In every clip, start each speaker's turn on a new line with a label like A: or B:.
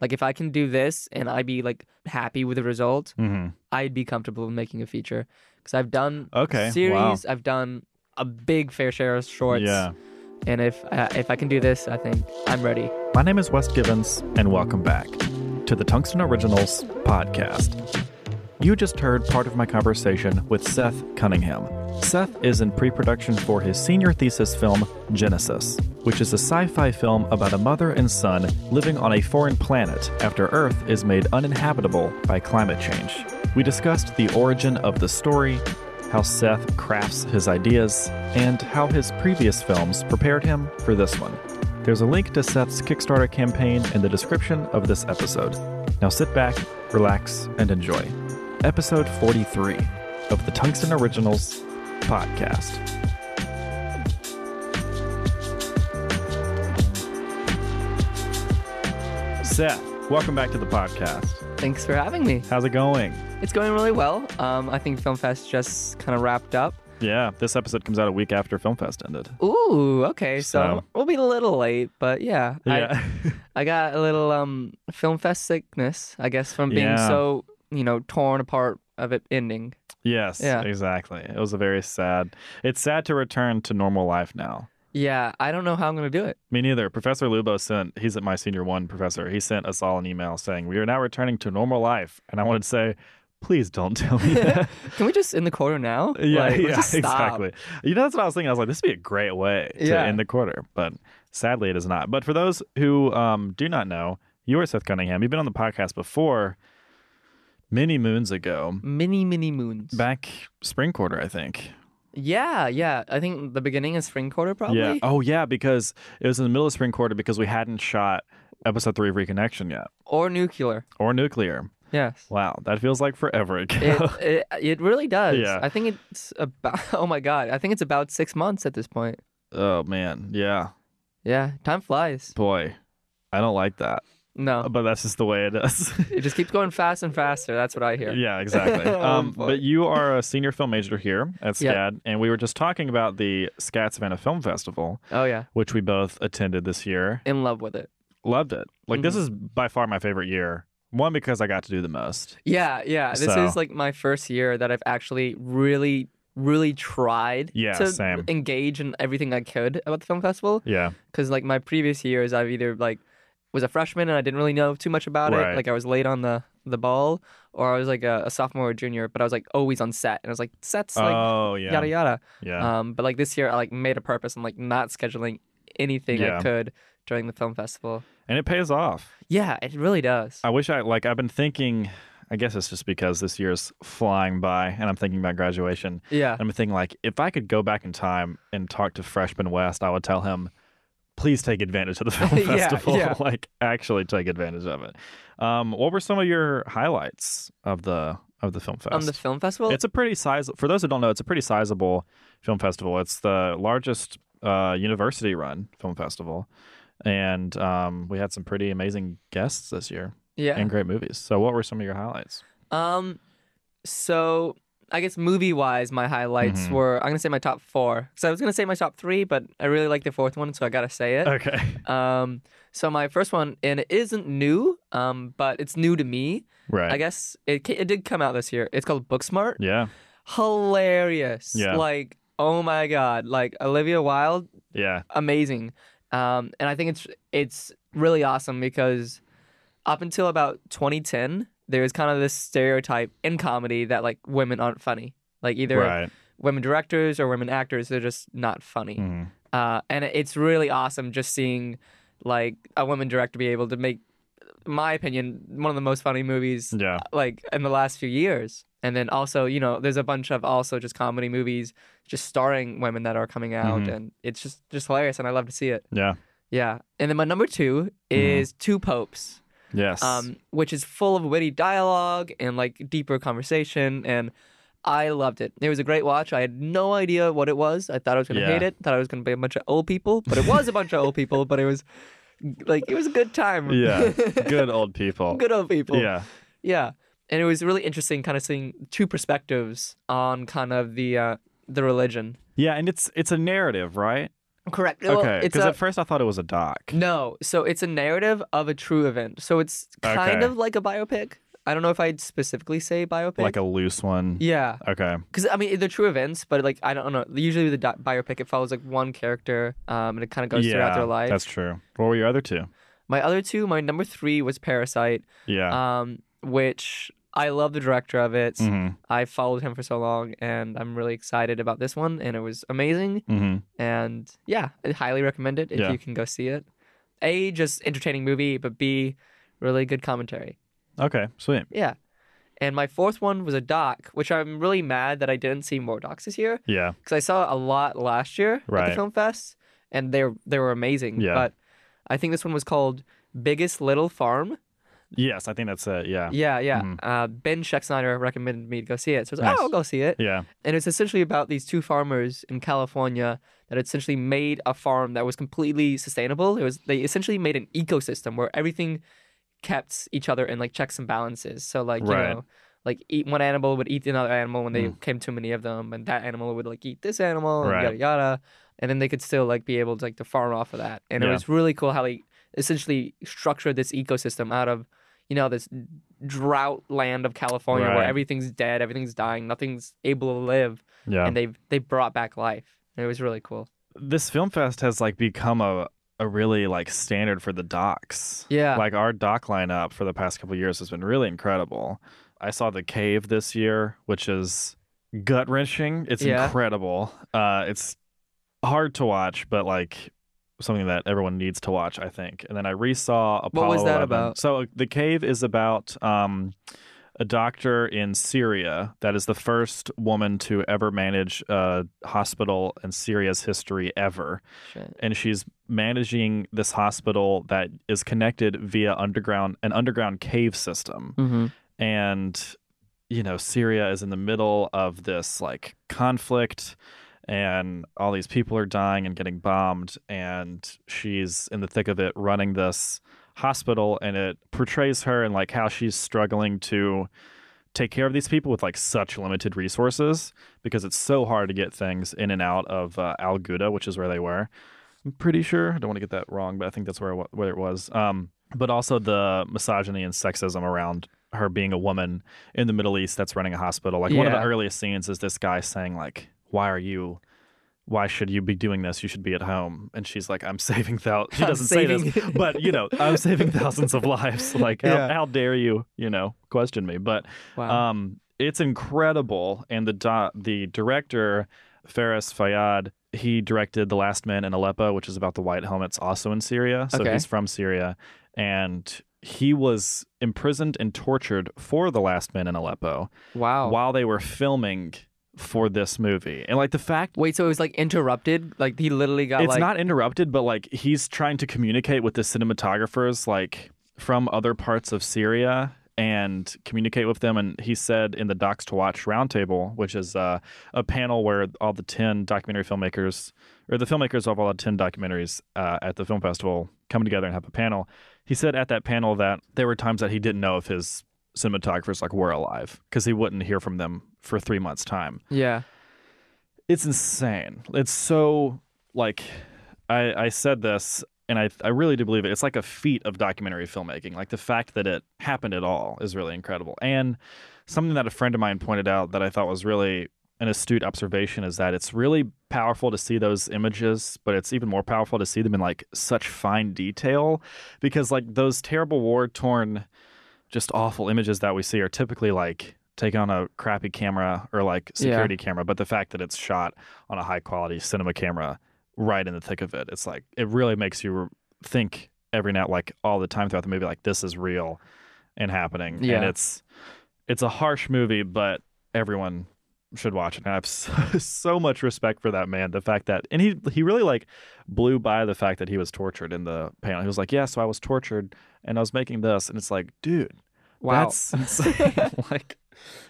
A: Like if I can do this and I be like happy with the result,
B: hmm
A: I'd be comfortable making a feature because I've done
B: Okay,
A: series.
B: wow.
A: I've done a big fair share of shorts.
B: Yeah.
A: And if uh, if I can do this, I think I'm ready.
B: My name is Wes Givens, and welcome back to the Tungsten Originals podcast. You just heard part of my conversation with Seth Cunningham. Seth is in pre production for his senior thesis film, Genesis, which is a sci fi film about a mother and son living on a foreign planet after Earth is made uninhabitable by climate change. We discussed the origin of the story, how Seth crafts his ideas, and how his previous films prepared him for this one. There's a link to Seth's Kickstarter campaign in the description of this episode. Now sit back, relax, and enjoy. Episode 43 of the Tungsten Originals podcast. Seth, welcome back to the podcast.
A: Thanks for having me.
B: How's it going?
A: It's going really well. Um, I think Film Fest just kind of wrapped up.
B: Yeah, this episode comes out a week after FilmFest ended.
A: Ooh, okay. So,
B: So-
A: we'll be a little late, but yeah. I-
B: Yeah.
A: I got a little um film fest sickness, I guess, from being
B: Yeah.
A: so you know torn apart of it ending.
B: yes,
A: Yeah.
B: exactly. It was a very sad. It's sad to return to normal life now.
A: Yeah, I don't know how I'm gonna do it.
B: Me neither. Professor Lubo sent, he's at my senior one professor, he sent us all an email saying, We are now returning to normal life. And I wanted to say, Please don't tell me that.
A: Can we just end the quarter now?
B: yeah,
A: Like, let's
B: yeah,
A: just stop.
B: exactly. You know, that's what I was thinking. I was like, this would be a great way to
A: Yeah.
B: end the quarter. But sadly, it is not. But for those who um, do not know, you are Seth Cunningham. You've been on the podcast before many moons ago,
A: Mini mini moons.
B: back spring quarter, I think.
A: yeah, yeah. I think the beginning is spring quarter probably.
B: Yeah. Oh, yeah, because it was in the middle of spring quarter because we hadn't shot episode three of Reconnection yet
A: Or nuclear.
B: or Nuclear.
A: Yes.
B: Wow, that feels like forever
A: It,
B: ago.
A: it it really does.
B: Yeah.
A: I think it's about oh my god. I think it's about six months at this point.
B: oh man, yeah,
A: Yeah. Time flies.
B: boy, I don't like that, Uh,
A: No.
B: but that's just the way it is.
A: It just keeps going fast and faster. That's what I hear.
B: yeah, exactly.
A: Oh,
B: Um,
A: boy.
B: but you are a senior film major here at SCAD,
A: Yeah.
B: and we were just talking about the SCAD Savannah Film Festival,
A: Oh yeah.
B: which we both attended this year.
A: In love with it.
B: Loved it. Like
A: Mm-hmm.
B: this is by far my favorite year. One because I got to do the most.
A: Yeah, yeah. This
B: So-
A: is like my first year that I've actually really, really tried
B: Yeah,
A: to
B: same.
A: engage in everything I could about the film festival.
B: Yeah,
A: Because like my previous years, I've either like was a freshman and I didn't really know too much about
B: Right.
A: it, like I was late on the the ball, or I was like a, a sophomore or junior, but I was like always on set, and I was like sets like
B: oh yeah,
A: yada yada.
B: yeah.
A: Um, but like this year, I like made a purpose and like not scheduling anything
B: Yeah.
A: I could during the film festival.
B: and it pays off.
A: Yeah, it really does.
B: I wish I like I've been thinking I guess it's just because this year's flying by and I'm thinking about graduation.
A: yeah.
B: I'm thinking like if I could go back in time and talk to freshman West, I would tell him please take advantage of the film
A: Yeah,
B: festival.
A: yeah.
B: like actually take advantage of it. Um what were some of your highlights of the of the film fest?
A: On the film festival,
B: it's a pretty size for those who don't know, it's a pretty sizable film festival. It's the largest uh, university run film festival. And um, we had some pretty amazing guests this year
A: yeah.
B: and great movies. So, what were some of your highlights?
A: Um, so I guess movie wise, my highlights
B: Mhm.
A: were I'm gonna say my top four. So I was gonna say my top three, but I really like the fourth one, so I gotta say it.
B: Okay.
A: Um, so my first one, and it isn't new, um, but it's new to me.
B: Right.
A: I guess it ca- it did come out this year. It's called Booksmart.
B: Yeah.
A: Hilarious.
B: Yeah.
A: Like oh my god, like Olivia Wilde,
B: Yeah.
A: amazing. Um, and I think it's it's really awesome because up until about 2010, there was kind of this stereotype in comedy that like women aren't funny. Like either
B: Right.
A: women directors or women actors, they're just not funny.
B: Mhm.
A: Uh, and it's really awesome just seeing like a woman director be able to make, in my opinion, one of the most funny movies
B: Yeah.
A: like in the last few years. And then also, you know, there's a bunch of also just comedy movies just starring women that are coming out,
B: Mhm.
A: and it's just just hilarious, and I love to see it.
B: Yeah.
A: Yeah. And then my number two is Two Popes,
B: Yes.
A: um, which is full of witty dialogue and like deeper conversation, and I loved it. It was a great watch. I had no idea what it was. I thought I was gonna
B: Yeah.
A: hate it. Thought I was gonna be a bunch of old people, but it was a bunch of old people. But it was like it was a good time.
B: yeah. Good old people.
A: good old people.
B: Yeah.
A: Yeah, and it was really interesting, kind of seeing two perspectives on kind of the uh, the religion.
B: Yeah. And it's it's a narrative, right?
A: Correct. Well,
B: Okay,
A: it's
B: because
A: a-
B: at first I thought it was a doc.
A: No, so it's a narrative of a true event. So it's kind
B: Okay.
A: of like a biopic. I don't know if I'd specifically say biopic.
B: Like a loose one.
A: yeah,
B: Okay.
A: because I mean they're true events, but like I don't know. Usually with the di- biopic, it follows like one character, um, and it kind of goes
B: yeah,
A: throughout their life.
B: That's true. What were your other two?
A: My other two, my number three was Parasite,
B: Yeah.
A: um, which I love the director of it.
B: hmm
A: I followed him for so long, and I'm really excited about this one, and it was amazing.
B: hmm
A: And yeah, I highly recommend it if
B: Yeah.
A: you can go see it. A, just entertaining movie, but B, really good commentary.
B: Okay. Sweet.
A: Yeah. And my fourth one was a doc, which I'm really mad that I didn't see more docs this year
B: Yeah.
A: because I saw a lot last year at
B: Right.
A: the film fest, and they are they were amazing.
B: Yeah.
A: But I think this one was called Biggest Little Farm.
B: Yes, I think that's it. Yeah.
A: Yeah, yeah.
B: Mhm.
A: Uh, ben Schecksnyder recommended me to go see it, so I was
B: Nice.
A: like, "Oh, I'll go see it."
B: Yeah.
A: And it's essentially about these two farmers in California that essentially made a farm that was completely sustainable. It was they essentially made an ecosystem where everything kept each other in like checks and balances. So like
B: Right. Hmm.
A: you know, like eat one animal would eat another animal when they came too many of them, and that animal would like eat this animal and
B: Right.
A: yada yada. And then they could still like be able to like to farm off of that. And it
B: Yeah.
A: was really cool how they essentially structured this ecosystem out of you know this drought land of California where
B: Right.
A: everything's dead, everything's dying, nothing's able to live,
B: Yeah.
A: and they've they brought back life. And it was really cool.
B: this film fest has like become a a really like standard for the docs.
A: Yeah.
B: Like our doc lineup for the past couple of years has been really incredible. I saw The Cave this year, which is gut wrenching. It's
A: Yeah.
B: incredible. Uh, it's hard to watch, but like something that everyone needs to watch, I think. And then I resaw Apollo.
A: was that
B: 11.
A: about?
B: So The Cave is about um, a doctor in Syria that is the first woman to ever manage a hospital in Syria's history ever
A: Shit.
B: and she's managing this hospital that is connected via underground an underground cave system
A: Mm-hmm.
B: and you know Syria is in the middle of this like conflict and all these people are dying and getting bombed and she's in the thick of it running this hospital and it portrays her and like how she's struggling to take care of these people with like such limited resources because it's so hard to get things in and out of uh, Al Ghouta, which is where they were. I'm pretty sure. I don't want to get that wrong, but I think that's where it, wa- where it was. Um, but also the misogyny and sexism around her being a woman in the Middle East that's running a hospital. Like one of the
A: Yeah.
B: earliest scenes is this guy saying like, "Why are you?" Why should you be doing this? You should be at home. And she's like, I'm saving thou. She
A: I'm
B: doesn't say this,
A: saving-
B: but you know, I'm saving thousands of lives. Like, how,
A: Yeah. Uh-huh.
B: how dare you, you know, question me? But
A: Wow.
B: um, it's incredible. And the do- the director Faris Fayad, he directed The Last Man in Aleppo, which is about the White Helmets, also in Syria. So
A: Okay.
B: he's from Syria, and he was imprisoned and tortured for The Last Man in Aleppo
A: wow.
B: while they were filming for this movie. And like the fact.
A: Wait, so it was like interrupted? Like he literally got
B: It's
A: like
B: not interrupted, but like he's trying to communicate with the cinematographers, like from other parts of Syria, and communicate with them. And he said in the Docs to Watch roundtable, which is uh, a panel where all the ten documentary filmmakers or the filmmakers of all the ten documentaries uh, at the film festival come together and have a panel. He said at that panel that there were times that he didn't know if his cinematographers like were alive because he wouldn't hear from them for three months' time
A: yeah.
B: it's insane. It's so like I I said this and I I really do believe it. It's like a feat of documentary filmmaking. Like the fact that it happened at all is really incredible. And something that a friend of mine pointed out that I thought was really an astute observation is that it's really powerful to see those images, but it's even more powerful to see them in like such fine detail because like those terrible war torn just awful images that we see are typically like taken on a crappy camera or like
A: Yeah.
B: security camera, but the fact that it's shot on a high quality cinema camera right in the thick of it, it's like it really makes you think every now like all the time throughout the movie like this is real and happening.
A: Yeah.
B: And it's it's a harsh movie, but everyone should watch it. And I have so, so much respect for that man. The fact that and he he really like blew by the fact that he was tortured in the panel. He was like, "Yeah, so I was tortured and I was making this," and it's like, dude,
A: Wow.
B: that's insane. like,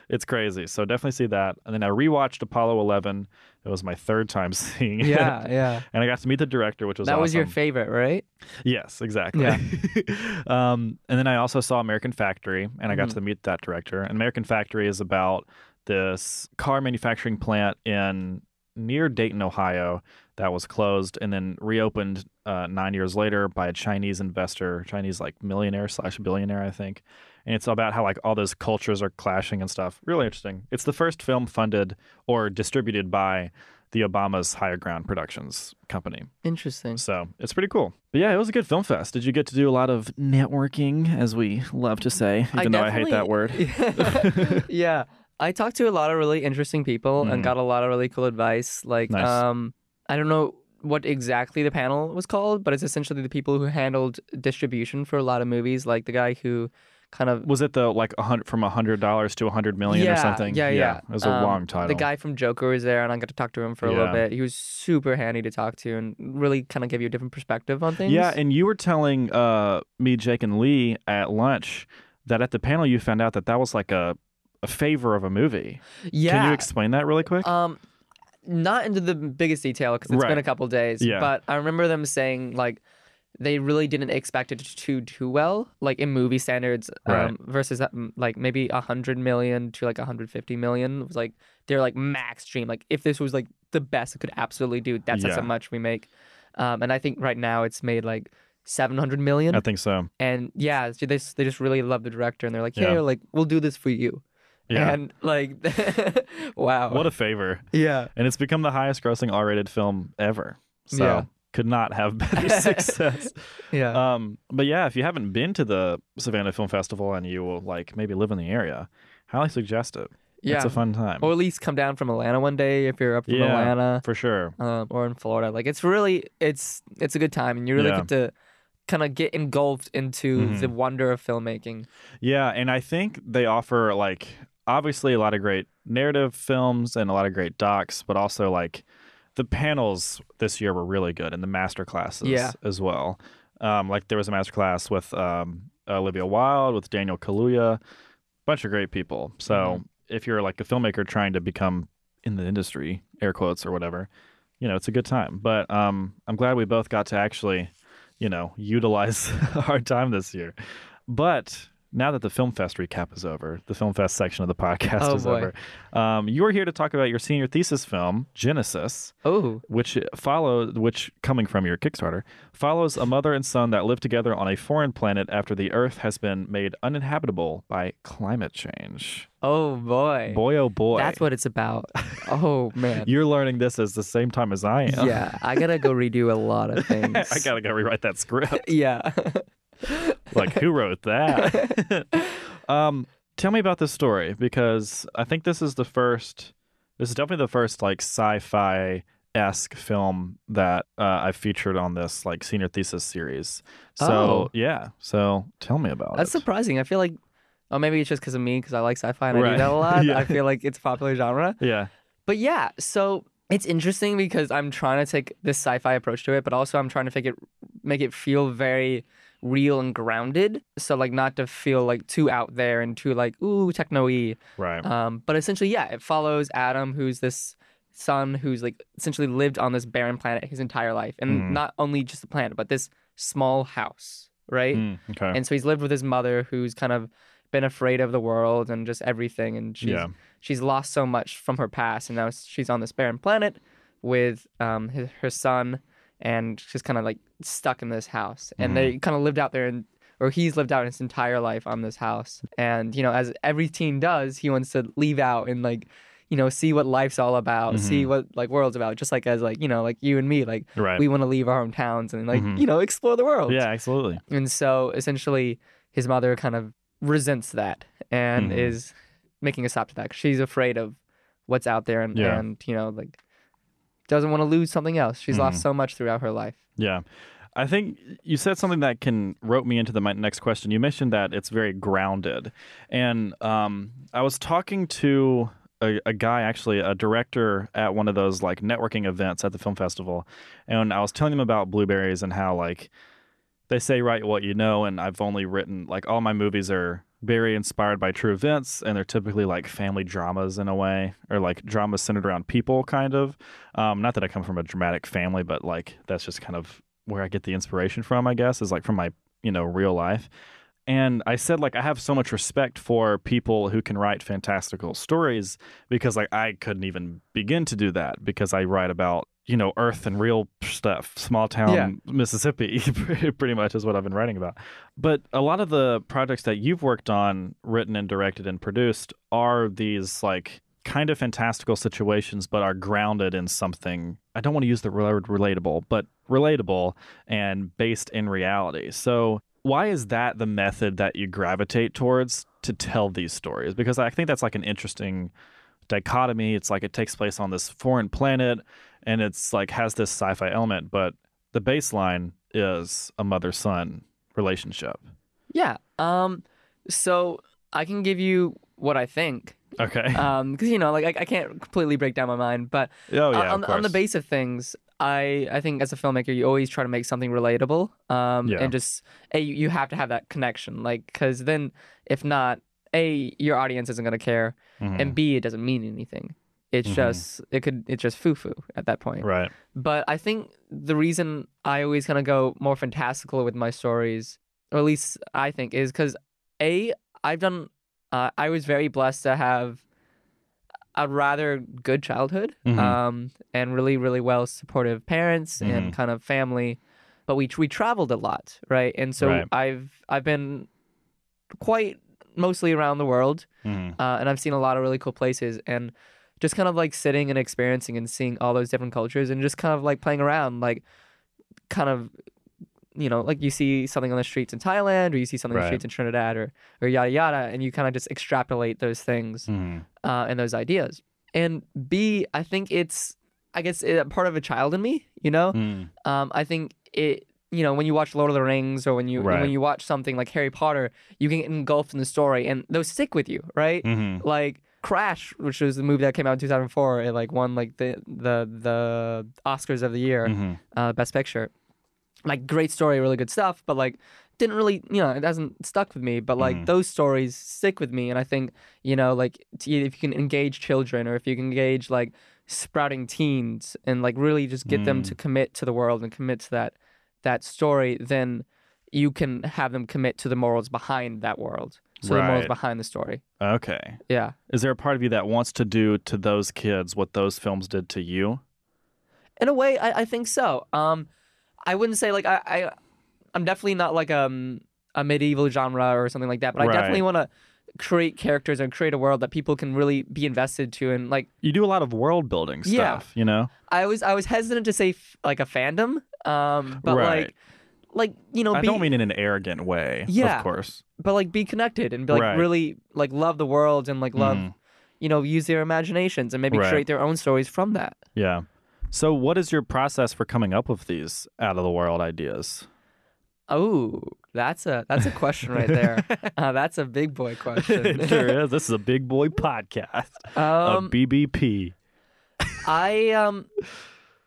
B: it's crazy. So definitely see that. And then I rewatched Apollo 11. It was my third time seeing it.
A: yeah, yeah.
B: And I got to meet the director, which was
A: that was your
B: awesome.
A: favorite, right?
B: Yes, exactly. um, and then I also saw American Factory, and I got to meet that director. And American Factory is about this car manufacturing plant in near Dayton, Ohio, that was closed and then reopened uh, nine years later by a Chinese investor, Chinese like millionaire slash billionaire, I think. And it's about how like all those cultures are clashing and stuff. Really interesting. It's the first film funded or distributed by the Obama's Higher Ground Productions company.
A: Interesting.
B: So it's pretty cool. But yeah, it was a good film fest. Did you get to do a lot of networking, as we love to say,
A: I
B: even though I hate that word?
A: definitely- yeah. I talked to a lot of really interesting people and
B: Mhm.
A: got a lot of really cool advice. Like,
B: Nice.
A: um, I don't know what exactly the panel was called, but it's essentially the people who handled distribution for a lot of movies. Like the guy who kind of
B: Was it the like a hundred from a hundred dollars to a hundred million or
A: Yeah,
B: something?
A: yeah, yeah.
B: It was a
A: Um,
B: long title.
A: The guy from Joker was there, and I got to talk to him for a
B: Yeah.
A: little bit. He was super handy to talk to and really kind of give you a different perspective on things.
B: Yeah, and you were telling uh, me, Jake, and Lee at lunch that at the panel you found out that that was like a a favor of a movie.
A: yeah.
B: Can you explain that really quick?
A: um, not into the biggest detail because it's
B: Right.
A: been a couple days.
B: Yeah.
A: But I remember them saying like they really didn't expect it to do too well, like in movie standards, um,
B: Right.
A: versus um, like maybe hundred million to like hundred fifty million It was like they're like max dream. Like if this was like the best it could absolutely do, that's that's how
B: Yeah.
A: much we make. Um, and I think right now it's made like seven hundred million.
B: I think so.
A: and yeah, it's- they just, they just really love the director, and they're like,
B: Yeah.
A: "Hey, like we'll do this for you."
B: Yeah.
A: And like, wow,
B: what a favor.
A: yeah.
B: And it's become the highest grossing R rated film ever. So
A: Yeah.
B: could not have better success.
A: Yeah.
B: Um, but yeah, if you haven't been to the Savannah Film Festival and you will like maybe live in the area, highly suggest it.
A: yeah. Oh,
B: It's a fun time.
A: or at least come down from Atlanta one day if you're up from
B: Yeah.
A: Atlanta
B: for sure.
A: um, or in Florida. Like it's really it's it's a good time and you really
B: Yeah.
A: get to kind of get engulfed into
B: Mhm.
A: the wonder of filmmaking.
B: Yeah, and I think they offer like obviously a lot of great narrative films and a lot of great docs, but also like the panels this year were really good and the master classes
A: Yeah.
B: as well. Um, like there was a master class with um, Olivia Wilde, with Daniel Kaluuya, bunch of great people. So
A: Mm-hmm.
B: if you're like a filmmaker trying to become in the industry, air quotes or whatever, you know, it's a good time. But um, I'm glad we both got to actually, you know, utilize our time this year. But now that the Film Fest recap is over, the Film Fest section of the podcast
A: Oh,
B: is
A: boy.
B: over. Um, you're here to talk about your senior thesis film, Genesis,
A: Oh,
B: which follows, which coming from your Kickstarter, follows a mother and son that live together on a foreign planet after the Earth has been made uninhabitable by climate change.
A: oh boy.
B: Boy, oh boy!
A: That's what it's about. Oh man.
B: you're learning. This is the same time as I am.
A: yeah, I got to go redo a lot of things.
B: I gotta go rewrite that script.
A: yeah.
B: like, who wrote that? um, tell me about this story because I think this is the first. This is definitely the first like sci-fi esque film that uh, I've featured on this like senior thesis series. So
A: Oh.
B: yeah, so tell me about
A: That's
B: it.
A: surprising. I feel like Oh, maybe it's just because of me, because I like sci-fi and I
B: Right.
A: do that a lot.
B: Yeah.
A: I feel like it's a popular genre.
B: yeah,
A: But yeah, so it's interesting because I'm trying to take this sci-fi approach to it, but also I'm trying to make it make it feel very real and grounded. So like not to feel like too out there and too like ooh techno-y.
B: right.
A: Um, but essentially, yeah, it follows Adam, who's this son who's like essentially lived on this barren planet his entire life, and
B: Mhm.
A: not only just the planet, but this small house, right?
B: Mm, okay.
A: And so he's lived with his mother, who's kind of been afraid of the world and just everything, and she's
B: Yeah.
A: she's lost so much from her past, and now she's on this barren planet with um his, her son, and she's kind of like stuck in this house, and
B: Mm-hmm.
A: they kind of lived out there and. Or he's lived out his entire life on this house, and you know, as every teen does, he wants to leave out and like, you know, see what life's all about, see what like world's about. Just like as like you know, like you and me, like
B: Mm-hmm. Right.
A: we want to leave our hometowns and like
B: Mhm.
A: you know explore the world.
B: yeah, absolutely.
A: And so essentially, his mother kind of resents that and
B: Mhm.
A: is making a stop to that. 'cause She's afraid of what's out there and,
B: Yeah.
A: and you know, like, doesn't want to lose something else. She's lost so much throughout her life.
B: Yeah. I think you said something that can rope me into the my next question. You mentioned that it's very grounded. And um, I was talking to a, a guy, actually, a director at one of those like networking events at the film festival. And I was telling him about blueberries and how like they say write what you know. And I've only written like all my movies are very inspired by true events and they're typically like family dramas in a way or like dramas centered around people kind of um, not that I come from a dramatic family, but like that's just kind of where I get the inspiration from, I guess, is like from my, you know, real life. And I said, like, I have so much respect for people who can write fantastical stories because, like, I couldn't even begin to do that because I write about, you know, earth and real stuff, small town
A: Yeah.
B: Mississippi, pretty much is what I've been writing about. But a lot of the projects that you've worked on, written and directed and produced, are these, like, kind of fantastical situations, but are grounded in something. I don't want to use the word relatable, but relatable and based in reality. So, why is that the method that you gravitate towards to tell these stories? Because I think that's like an interesting dichotomy. It's like it takes place on this foreign planet and it's like has this sci fi element, but the baseline is a mother son relationship.
A: Yeah. Um. So I can give you what I think.
B: Okay.
A: Um. Because you know, like I, I can't completely break down my mind, but
B: oh, yeah.
A: on,
B: of
A: on the
B: course.
A: base of things, I I think as a filmmaker, you always try to make something relatable. Um.
B: Yeah.
A: And just a you, you have to have that connection, like because then if not, a your audience isn't gonna care,
B: Mhm.
A: and b it doesn't mean anything. It's
B: Mhm.
A: just it could it's just foo foo at that point.
B: Right.
A: But I think the reason I always kind of go more fantastical with my stories, or at least I think, is because a I've done. Uh, I was very blessed to have a rather good childhood,
B: Mhm.
A: um, and really, really well supportive parents and kind of family. But we we traveled a lot, right? And so
B: Right.
A: I've I've been quite mostly around the world,
B: Mhm.
A: uh, and I've seen a lot of really cool places and just kind of like sitting and experiencing and seeing all those different cultures and just kind of like playing around, like kind of you know like you see something on the streets in Thailand or you see something on
B: Right.
A: the streets in Trinidad or or yada yada, and you kind of just extrapolate those things
B: Mhm.
A: uh, and those ideas. And B, I think it's I guess it, part of a child in me, you know.
B: Mhm.
A: Um, I think it. You know, when you watch Lord of the Rings or when you
B: Right.
A: when you watch something like Harry Potter, you get engulfed in the story and those stick with you, right?
B: Mhm.
A: like Crash, which was the movie that came out in 2004, it like won like the the the Oscars of the year,
B: Mhm.
A: uh, Best Picture. Like great story, really good stuff, but like didn't really, you know, it hasn't stuck with me. But like
B: Mhm.
A: those stories stick with me, and I think you know, like t- if you can engage children or if you can engage like sprouting teens and like really just get them
B: Mm.
A: to commit to the world and commit to that that story, then you can have them commit to the morals behind that world. So the morals
B: Right.
A: behind the story.
B: Okay.
A: Yeah.
B: Is there a part of you that wants to do to those kids what those films did to you?
A: In a way, I, I think so. Um, I wouldn't say like I, I I'm definitely not like um a medieval genre or something like that, but I
B: Right.
A: definitely want to create characters and create a world that people can really be invested to and like
B: You do a lot of world building
A: Yeah.
B: stuff, you know?
A: I was I was hesitant to say f- like a fandom um but
B: Right.
A: like like you know
B: I
A: be,
B: don't mean in an arrogant way,
A: Yeah.
B: of course.
A: but like be connected and be, like
B: Right.
A: really like love the world and like love
B: Mhm.
A: you know use their imaginations and maybe
B: Right.
A: create their own stories from that.
B: Yeah. So, what is your process for coming up with these out of the world ideas?
A: Oh, that's a that's a question right there. uh, that's a big boy question.
B: it sure is. This is a big boy podcast,
A: Um,
B: a BBP.
A: I um,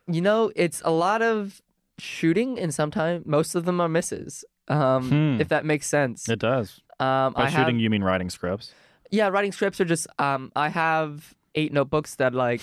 A: you know, it's a lot of shooting, and sometimes most of them are misses. Um,
B: Hmm.
A: if that makes sense.
B: It does.
A: Um,
B: By
A: I
B: shooting,
A: have,
B: you mean writing scripts.
A: yeah, writing scripts are just um, I have eight notebooks that like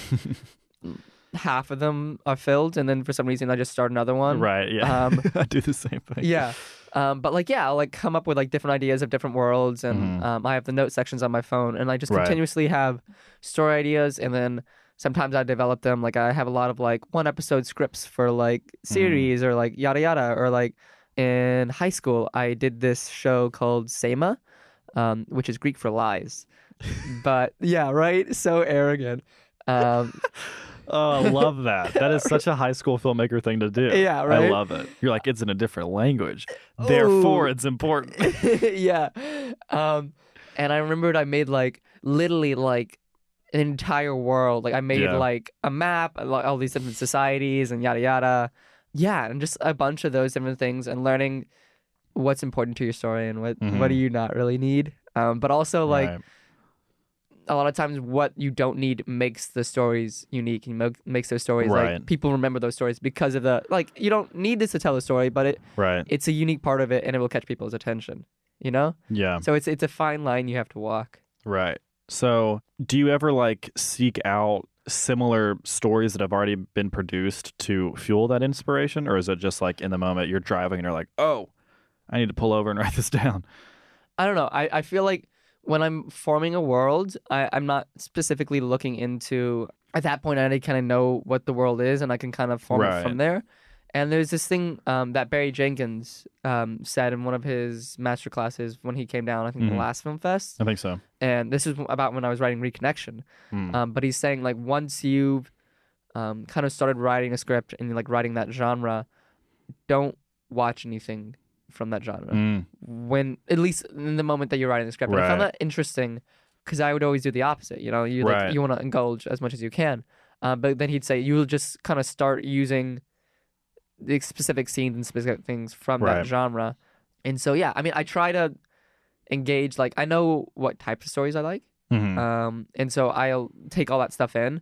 A: half of them are filled, and then for some reason I just start another one.
B: right. Yeah.
A: um,
B: I do the same thing.
A: Yeah. Um, but like yeah, I'll like come up with like different ideas of different worlds, and
B: Mhm.
A: um, I have the note sections on my phone, and I just
B: Right.
A: continuously have story ideas, and then sometimes I develop them. Like I have a lot of like one episode scripts for like series or like yada yada, or like in high school I did this show called Sema, um, which is Greek for lies. but yeah, right. So arrogant. Um,
B: Oh, I love that. That is such a high school filmmaker thing to do.
A: Yeah,
B: I
A: right?
B: love it. You're like, it's in a different language. Therefore,
A: Ooh.
B: it's important.
A: yeah. Um, and I remembered I made like literally like an entire world. Like I made
B: Yeah.
A: like a map, like all these different societies and yada yada. Yeah, and just a bunch of those different things and learning what's important to your story and what what do you not really need. Um, but also like
B: Mm-hmm. Right.
A: a lot of times what you don't need makes the stories unique and mo- makes those stories
B: Right.
A: like people remember those stories because of the like you don't need this to tell a story, but it
B: Right.
A: it's a unique part of it and it will catch people's attention. You know?
B: Yeah.
A: So it's it's a fine line you have to walk.
B: Right. So, do you ever like seek out similar stories that have already been produced to fuel that inspiration? Or is it just like in the moment you're driving and you're like, oh, I need to pull over and write this down?
A: I don't know. I, I feel like when I'm forming a world, I, I'm not specifically looking into at that point I already kind of know what the world is and I can kind of form it
B: Right.
A: from there. And there's this thing um, that Barry Jenkins um, said in one of his master classes when he came down, I think
B: Mhm.
A: the last film fest.
B: I think so.
A: And this is about when I was writing Reconnection.
B: Mm.
A: Um, but he's saying like once you've um, kind of started writing a script and like writing that genre, don't watch anything from that genre
B: Mm.
A: when at least in the moment that you're writing the script. And I found
B: Right.
A: that interesting because I would always do the opposite. You know, you
B: Right.
A: like you want to indulge as much as you can, uh, but then he'd say you'll just kind of start using the specific scenes and specific things from
B: Right.
A: that genre. And so yeah, I mean, I try to engage. Like I know what types of stories I like,
B: Mhm.
A: um, and so I'll take all that stuff in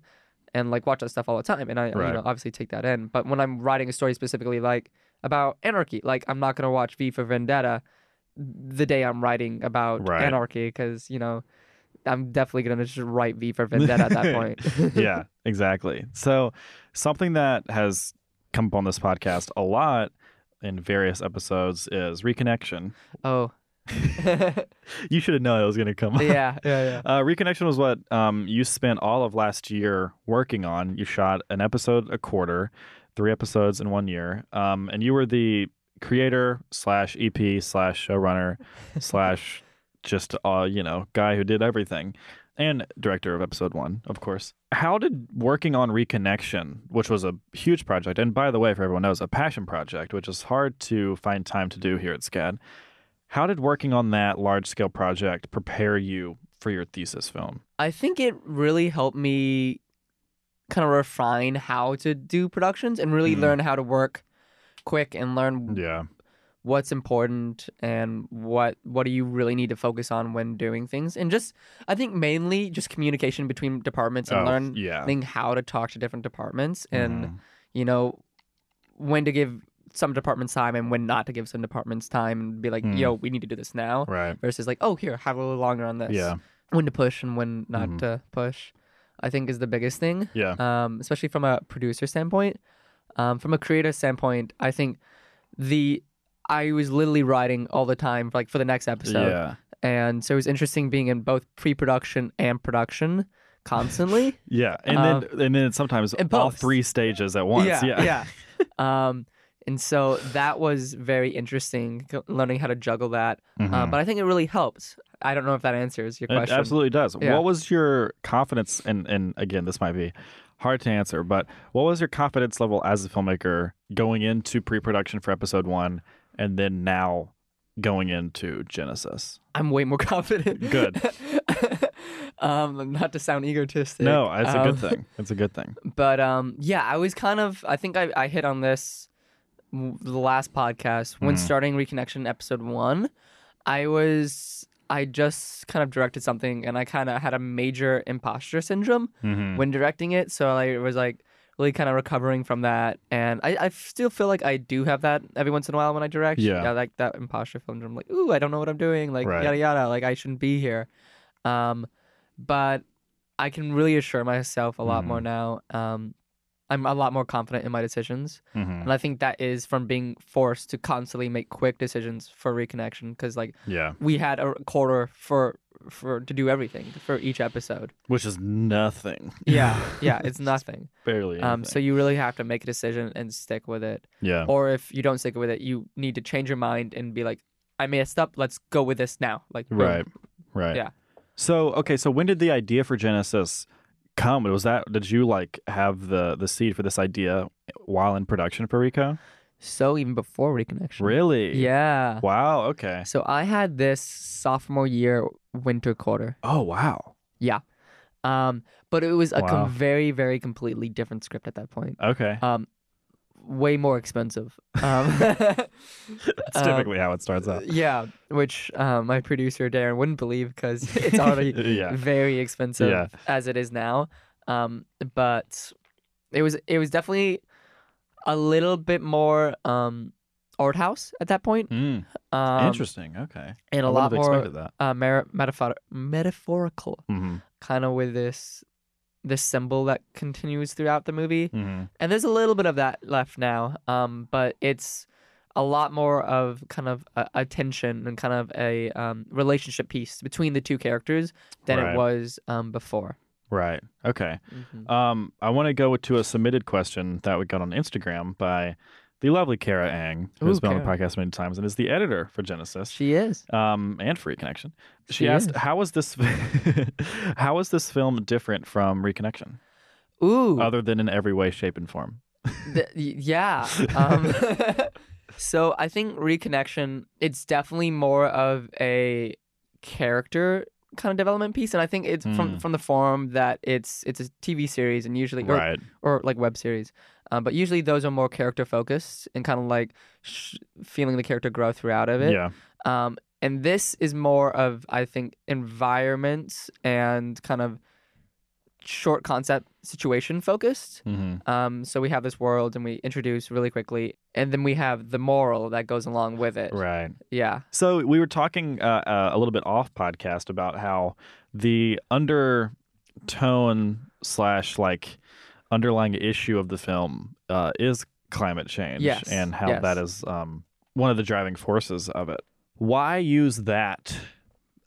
A: and like watch that stuff all the time. And I,
B: Right.
A: you know, obviously take that in. But when I'm writing a story specifically like about anarchy, like I'm not gonna watch V for Vendetta the day I'm writing about
B: Right.
A: anarchy because you know I'm definitely gonna just write V for Vendetta at that point.
B: yeah, exactly. So, something that has come up on this podcast a lot in various episodes is reconnection.
A: oh,
B: You should have known it was going to come up.
A: yeah, yeah, yeah.
B: Uh, reconnection was what um, you spent all of last year working on. You shot an episode a quarter, three episodes in one year, um, and you were the creator slash EP slash showrunner slash just uh, you know guy who did everything, and director of episode one, of course. How did working on reconnection, which was a huge project, and by the way, for everyone knows, a passion project, which is hard to find time to do here at SCAD. How did working on that large scale project prepare you for your thesis film?
A: I think it really helped me kind of refine how to do productions and really
B: Mm.
A: learn how to work quick and learn
B: Yeah.
A: what's important and what what do you really need to focus on when doing things and just i think mainly just communication between departments and learning
B: Oh, yeah. Mm-hmm.
A: how to talk to different departments and you know when to give some departments time and when not to give some departments time and be like
B: Mm.
A: yo we need to do this now
B: right.
A: versus like oh here have a little longer on this
B: Yeah.
A: when to push and when not
B: Mhm.
A: to push i think is the biggest thing
B: Yeah.
A: um, especially from a producer standpoint. Um, from a creator standpoint, I think the I was literally writing all the time, like for the next episode,
B: yeah.
A: and so it was interesting being in both pre-production and production constantly.
B: Yeah. And then and then sometimes
A: and
B: all
A: um, both.
B: three stages at once. Yeah.
A: yeah. yeah. um, and so that was very interesting, c- learning how to juggle that. Uh,
B: Mhm.
A: but I think it really helped. I don't know if that answers your
B: It
A: question.
B: absolutely does.
A: Yeah.
B: What was your confidence and and again this might be hard to answer, but what was your confidence level as a filmmaker going into pre-production for episode 1 and then now going into Genesis?
A: I'm way more confident.
B: Good.
A: um, not to sound egotistic.
B: No, that's a
A: um,
B: good thing. That's a good thing.
A: but um yeah i was kind of i think i, I hit on this w- the last podcast when
B: Mhm.
A: starting reconnection episode one i was i just kind of directed something and i kind of had a major imposter syndrome
B: Mhm.
A: when directing it so i was like really kind of recovering from that and I, I still feel like i do have that every once in a while when i direct
B: Yeah.
A: like that imposter syndrome like ooh i don't know what i'm doing like
B: Right.
A: yada yada like i shouldn't be here um but I can really assure myself a lot more
B: Mm-hmm.
A: now. Um, I'm a lot more confident in my decisions,
B: Mhm.
A: and I think that is from being forced to constantly make quick decisions for reconnection. Because like
B: Yeah.
A: we had a quarter for for to do everything for each episode.
B: Which is nothing.
A: Yeah, yeah, it's nothing.
B: Barely.
A: Um, so you really have to make a decision and stick with it.
B: yeah.
A: Or if you don't stick with it, you need to change your mind and be like, I messed up. Let's go with this now. Like boom.
B: Right. Right.
A: Yeah.
B: So okay, so when did the idea for Genesis come? Was that did you like have the the seed for this idea while in production for Rico?
A: So even before reconnection.
B: Really?
A: Yeah.
B: Wow. Okay.
A: So I had this sophomore year winter quarter.
B: Oh wow.
A: Um, but it was a com-
B: Wow.
A: very, very completely different script at that point.
B: Okay.
A: Um, way more expensive. Um,
B: That's typically how it starts out.
A: yeah, which um, my producer Darren wouldn't believe because it's already
B: yeah.
A: very expensive
B: Yeah.
A: as it is now. Um, but it was it was definitely a little bit more um art house at that point.
B: Mm,
A: Um,
B: interesting. Okay.
A: and
B: I
A: a
B: would
A: lot
B: have
A: more
B: expected that.
A: uh, mer- metaphor- metaphorical.
B: hmm
A: kind of with this this symbol that continues throughout the movie.
B: hmm
A: And there's a little bit of that left now, um, but it's a lot more of kind of a, a tension and kind of a um, relationship piece between the two characters than
B: Right.
A: it was um, before.
B: Right. Okay.
A: Mhm.
B: Um, I want to go to a submitted question that we got on Instagram by the lovely Kara Ang, who's
A: Ooh,
B: been on
A: Kara.
B: the podcast many times and is the editor for Genesis
A: She is.
B: um, and Free Connection. She
A: She
B: asked,
A: is.
B: "How is this? how is this film different from Reconnection,
A: Ooh.
B: other than in every way, shape, and form?"
A: Th- y- yeah. Um, so I think reconnection. It's definitely more of a character kind of development piece, and I think it's from
B: Mm.
A: from the form that it's it's a TV series and usually or,
B: Right.
A: or like web series, um, but usually those are more character focused and kind of like sh- feeling the character grow throughout of it.
B: Yeah.
A: Um, and this is more of I think environment and kind of short concept situation focused.
B: hmm
A: Um, so we have this world, and we introduce really quickly, and then we have the moral that goes along with it.
B: Right.
A: Yeah.
B: So we were talking uh, uh, a little bit off podcast about how the undertone slash like underlying issue of the film uh, is climate change
A: Yes,
B: and how
A: yes.
B: that is um, one of the driving forces of it. Why use that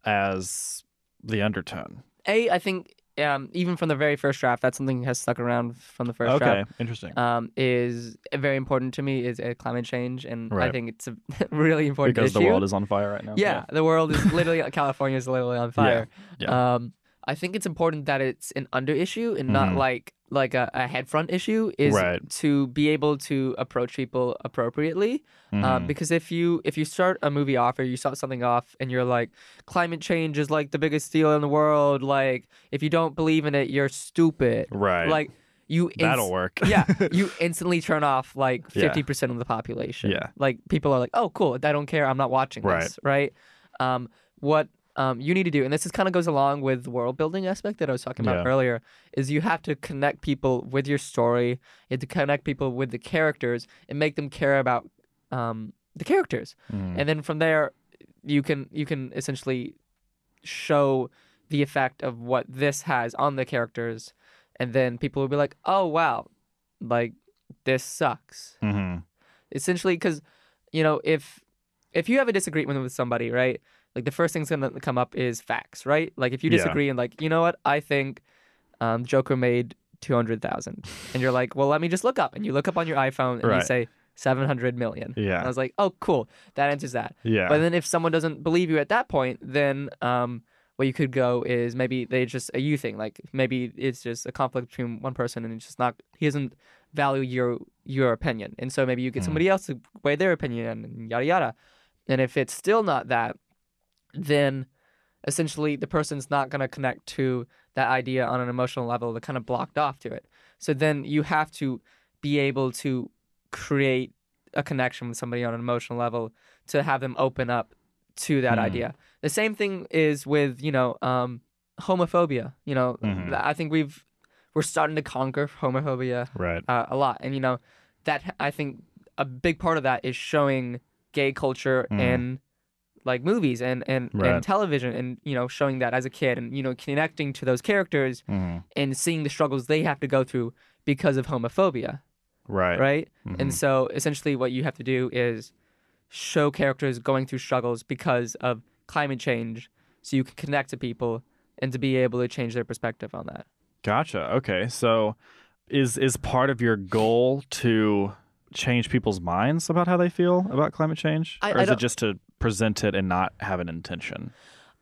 B: as the undertone?
A: A, I think um, even from the very first draft, that's something that has stuck around from the first
B: okay,
A: draft.
B: interesting.
A: Um, is very important to me is uh, climate change, and I
B: Right.
A: think it's a really important
B: because
A: issue.
B: the world is on fire right now.
A: yeah, the world is literally California is literally on fire.
B: yeah.
A: Um, I think it's important that it's an under issue and not
B: Mhm.
A: like like a, a head front issue. Is
B: Right.
A: to be able to approach people appropriately. Uh,
B: Mhm.
A: because if you if you start a movie off or you start something off and you're like climate change is like the biggest deal in the world like if you don't believe in it you're stupid
B: right.
A: like you ins-
B: that'll work.
A: yeah you instantly turn off like
B: Yeah.
A: 50% of the population
B: Yeah.
A: like people are like oh cool I don't care I'm not watching
B: Right.
A: this right um what um, you need to do, and this is kind of goes along with the world building aspect that I was talking about
B: Yeah.
A: earlier, is you have to connect people with your story. You have to connect people with the characters and make them care about um, the characters
B: Mhm.
A: and then from there you can you can essentially show the effect of what this has on the characters and then people will be like oh wow like this sucks
B: Mhm.
A: essentially because you know if if you have a disagreement with somebody right like the first thing's gonna come up is facts right like if you
B: Yeah.
A: disagree and like you know what i think um, joker made 200000 and you're like well let me just look up and you look up on your iphone and you
B: Right.
A: say 700 million
B: Yeah.
A: and i was like oh cool that answers that
B: Yeah.
A: but then if someone doesn't believe you at that point, then um, where you could go is maybe they just a you thing. Like maybe it's just a conflict between one person and it's just not he doesn't value your your opinion, and so maybe you get
B: Mm.
A: somebody else to weigh their opinion and yada yada. And if it's still not that, then essentially the person's not going to connect to that idea on an emotional level. They're kind of blocked off to it. So then you have to be able to create a connection with somebody on an emotional level to have them open up to that
B: Hmm.
A: idea. The same thing is with you know um, homophobia. You know,
B: Mhm.
A: th- I think we've we're starting to conquer homophobia
B: right.
A: uh, a lot, and you know that I think a big part of that is showing gay culture
B: Mhm.
A: in like movies and and,
B: Right.
A: and television and you know showing that as a kid and you know connecting to those characters
B: Mhm.
A: and seeing the struggles they have to go through because of homophobia
B: Right.
A: right?
B: Mhm.
A: And so essentially, what you have to do is show characters going through struggles because of climate change, so you can connect to people and to be able to change their perspective on that.
B: Gotcha. Okay. So is is part of your goal to change people's minds about how they feel about climate change?
A: I-
B: or
A: I
B: is it
A: don't-
B: just to present it and not have an intention?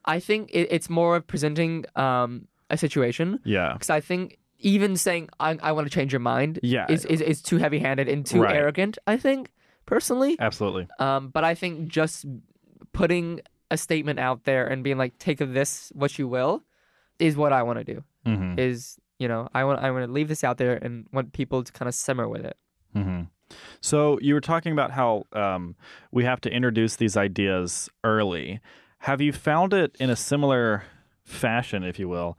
A: I think it, it's more of presenting um, a situation
B: Yeah.
A: because I think even saying I, I want to change your mind
B: Yeah.
A: is, is is too heavy-handed and too
B: Right.
A: arrogant. I think personally,
B: Absolutely.
A: um, but I think just putting a statement out there and being like, take of this what you will, is what I want to do.
B: Mm-hmm.
A: is you know I want I want to leave this out there and want people to kind of simmer with it.
B: Mm-hmm. So you were talking about how um, we have to introduce these ideas early. Have you found it in a similar fashion, if you will?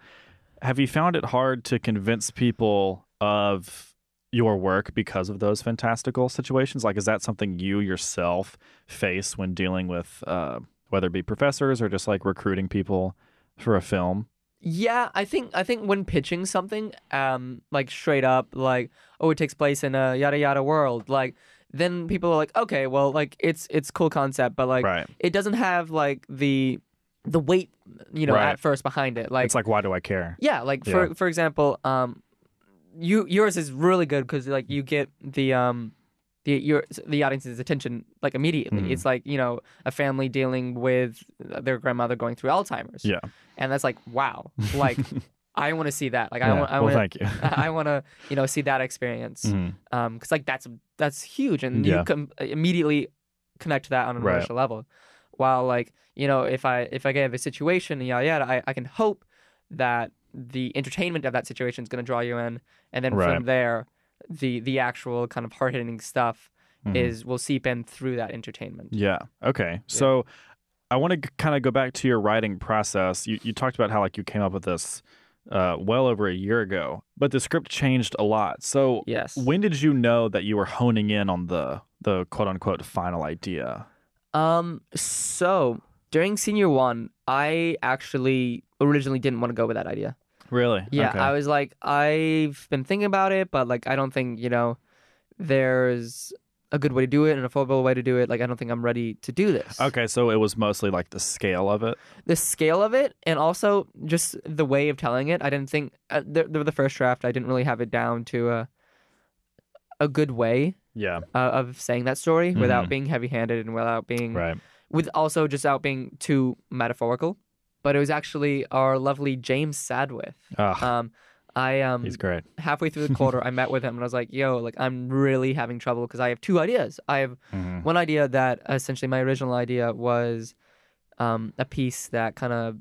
B: Have you found it hard to convince people of your work because of those fantastical situations? Like, is that something you yourself face when dealing with uh, whether it be professors or just like recruiting people for a film?
A: Yeah, I think I think when pitching something, um, like straight up, like oh, it takes place in a yada yada world, like then people are like, okay, well, like it's it's cool concept, but like
B: right.
A: it doesn't have like the the weight you know
B: Right.
A: at first behind it. Like
B: it's like why do I care?
A: yeah, like for for example, um, you yours is really good because like you get the um. The, your the audience's attention like immediately.
B: Mhm.
A: It's like you know a family dealing with their grandmother going through Alzheimer's.
B: Yeah.
A: and that's like wow. Like I want to see that. Like I
B: yeah.
A: want. I
B: well,
A: want.
B: thank you.
A: I want to you know see that experience
B: Mhm.
A: um because like that's that's huge and
B: Yeah.
A: you can immediately connect to that on an
B: Right.
A: emotional level while like you know if i if i have a situation and yada yada i, I can hope that the entertainment of that situation is going to draw you in and then
B: Right.
A: from there the the actual kind of hard-hitting stuff
B: Mhm.
A: is will seep in through that entertainment
B: Yeah. Okay. So I want to kind of go back to your writing process. You, you talked about how like you came up with this uh, well over a year ago, but the script changed a lot. So
A: yes
B: when did you know that you were honing in on the the quote unquote final idea?
A: Um. So during senior one, I actually originally didn't want to go with that idea.
B: Really?
A: Yeah,
B: Okay.
A: I was like, I've been thinking about it, but like, I don't think you know, there's a good way to do it and a affordable way to do it. Like, I don't think I'm ready to do this.
B: okay. So it was mostly like the scale of it.
A: The scale of it, and also just the way of telling it. I didn't think uh, the, the the first draft. I didn't really have it down to a a good way
B: Yeah.
A: uh, of saying that story
B: Mhm.
A: without being heavy-handed and without being
B: Right.
A: with also just out being too metaphorical. But it was actually our lovely James Sadwith.
B: Ah,
A: Um, I um
B: he's great.
A: halfway through the quarter, I met with him and I was like, "Yo, like I'm really having trouble because I have two ideas. I have
B: Mhm.
A: one idea that essentially my original idea was um, a piece that kind of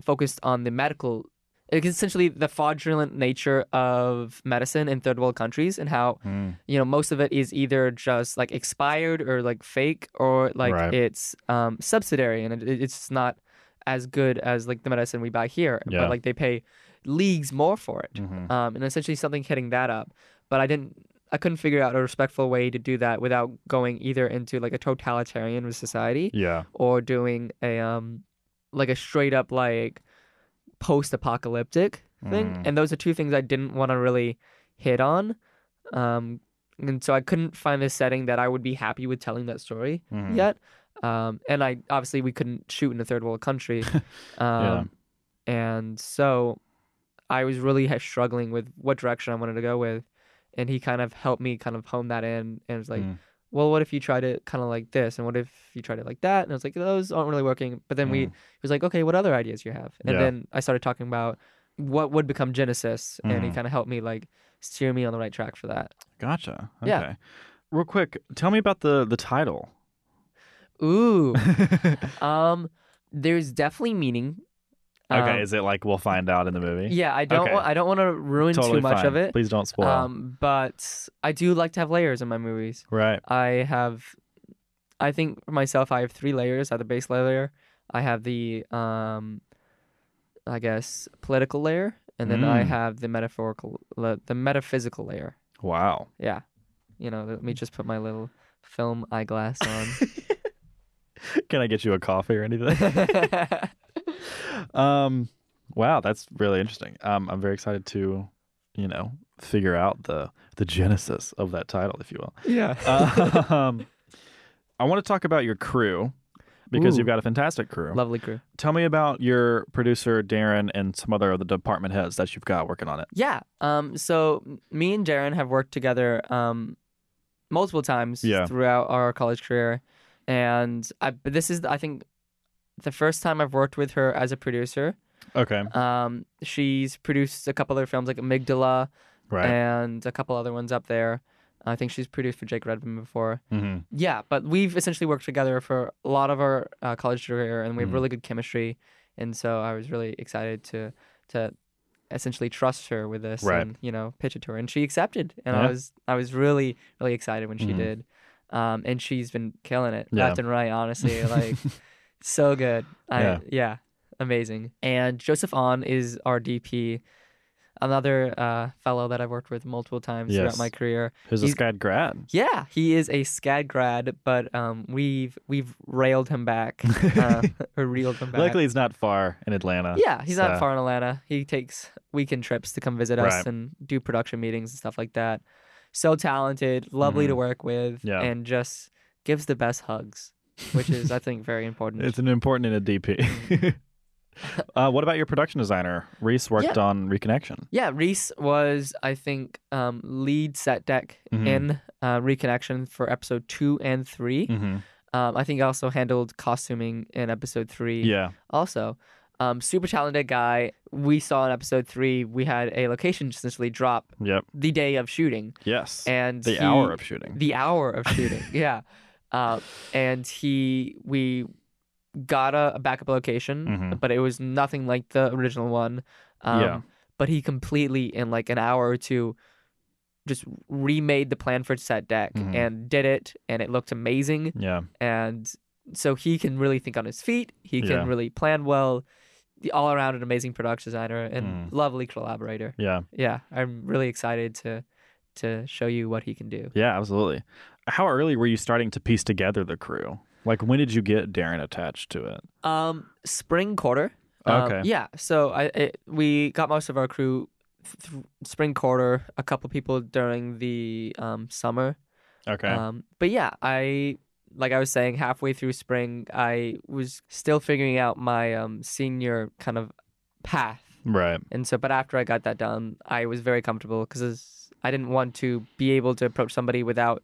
A: focused on the medical, like, essentially the fraudulent nature of medicine in third world countries and how
B: Mm.
A: you know most of it is either just like expired or like fake or like
B: Right.
A: it's um subsidiary and it, it's not as good as like the medicine we buy here
B: Yeah.
A: but like they pay leagues more for it
B: Mhm.
A: um and essentially something hitting that up but i didn't i couldn't figure out a respectful way to do that without going either into like a totalitarian society
B: Yeah.
A: or doing a um like a straight up like post apocalyptic thing.
B: Mm.
A: And those are two things I didn't want to really hit on. Um and so I couldn't find a setting that I would be happy with telling that story
B: Mhm.
A: yet. Um and I obviously we couldn't shoot in a third world country. um and so I was really ha- struggling with what direction I wanted to go with. And he kind of helped me kind of hone that in and was like,
B: Mm.
A: well, what if you tried it kind of like this? And what if you tried it like that? And I was like, those aren't really working. But then we, he
B: Mm.
A: was like, okay, what other ideas you have? And
B: Yeah.
A: then I started talking about what would become Genesis. And he
B: Mhm.
A: kind of helped me like steer me on the right track for that.
B: Gotcha. Okay.
A: Yeah.
B: Real quick, tell me about the the title.
A: Ooh. um, there's definitely meaning.
B: Okay,
A: Um,
B: is it like we'll find out in the movie?
A: yeah, I don't.
B: okay.
A: wa- I don't want to ruin
B: totally
A: too much
B: fine.
A: of it.
B: Please don't spoil.
A: Um, but I do like to have layers in my movies.
B: right.
A: I have, I think for myself, I have three layers. I have the base layer, I have the, um, I guess, political layer, and then I
B: Mm.
A: have the metaphorical, le- the metaphysical layer.
B: Wow.
A: Yeah, you know, let me just put my little film eyeglass on.
B: Can I get you a coffee or anything? um, wow, that's really interesting. Um, I'm very excited to, you know, figure out the the genesis of that title, if you will.
A: yeah.
B: um, I want to talk about your crew because
A: Ooh.
B: you've got a fantastic crew.
A: Lovely crew.
B: Tell me about your producer Darren and some other of the department heads that you've got working on it.
A: Yeah. Um. So m- me and Darren have worked together um, multiple times
B: Yeah.
A: throughout our college career, and I, but this is I think the first time I've worked with her as a producer.
B: Okay.
A: Um, she's produced a couple other films like Amygdala
B: Right.
A: and a couple other ones up there. I think she's produced for Jake Redman before.
B: hmm
A: Yeah, but we've essentially worked together for a lot of our uh, college career, and we have
B: Mhm.
A: really good chemistry. And so I was really excited to to essentially trust her with this,
B: Right.
A: and you know, pitch it to her, and she accepted. And
B: Yeah.
A: I was I was really really excited when she
B: Mhm.
A: did. Um, and she's been killing it
B: Yeah.
A: left and right, honestly. Like so good. I,
B: Yeah.
A: yeah. Amazing. And Joseph On is our DP, another uh, fellow that I've worked with multiple times
B: Yes.
A: throughout my career.
B: Who's this
A: He's-
B: guy grad?
A: Yeah, he is a SCAD grad, but um, we've we've railed him back, uh, or reeled him back.
B: Luckily, he's not far in Atlanta.
A: yeah, he's
B: so-
A: not far in Atlanta. He takes weekend trips to come visit us
B: Right.
A: and do production meetings and stuff like that. so talented, lovely to work with,
B: Mm-hmm. Yeah.
A: and just gives the best hugs, which is I think very important.
B: It's an important in a DP. uh, what about your production designer? Reese worked on Reconnection.
A: Yeah, Reese was, I think, um, lead set deck
B: Mhm.
A: in uh, Reconnection for episode two and 3
B: Mm-hmm.
A: Um, I think I also handled costuming in episode three.
B: Yeah.
A: Also, um, super talented guy. We saw in episode three, we had a location essentially drop
B: Yep.
A: the day of shooting,
B: Yes.
A: and
B: the
A: he-
B: hour of shooting.
A: the hour of shooting. yeah, uh, and he we got a, a backup location,
B: Mhm.
A: but it was nothing like the original one. Um,
B: Yeah.
A: But he completely in like an hour or two, just remade the plan for set deck
B: Mhm.
A: and did it, and it looked amazing.
B: yeah.
A: And so he can really think on his feet. He can
B: Yeah.
A: really plan well. The all around an amazing production designer and
B: Mm.
A: lovely collaborator.
B: Yeah.
A: Yeah, I'm really excited to to show you what he can do.
B: Yeah. Absolutely. How early were you starting to piece together the crew? Like, when did you get Darren attached to it?
A: Um, spring quarter. Um,
B: Okay.
A: yeah. So I it, we got most of our crew th- th- spring quarter. A couple people during the um summer.
B: Okay.
A: Um, but yeah, I like I was saying halfway through spring, I was still figuring out my um senior kind of path,
B: right.
A: and so but after I got that done, I was very comfortable because I didn't want to be able to approach somebody without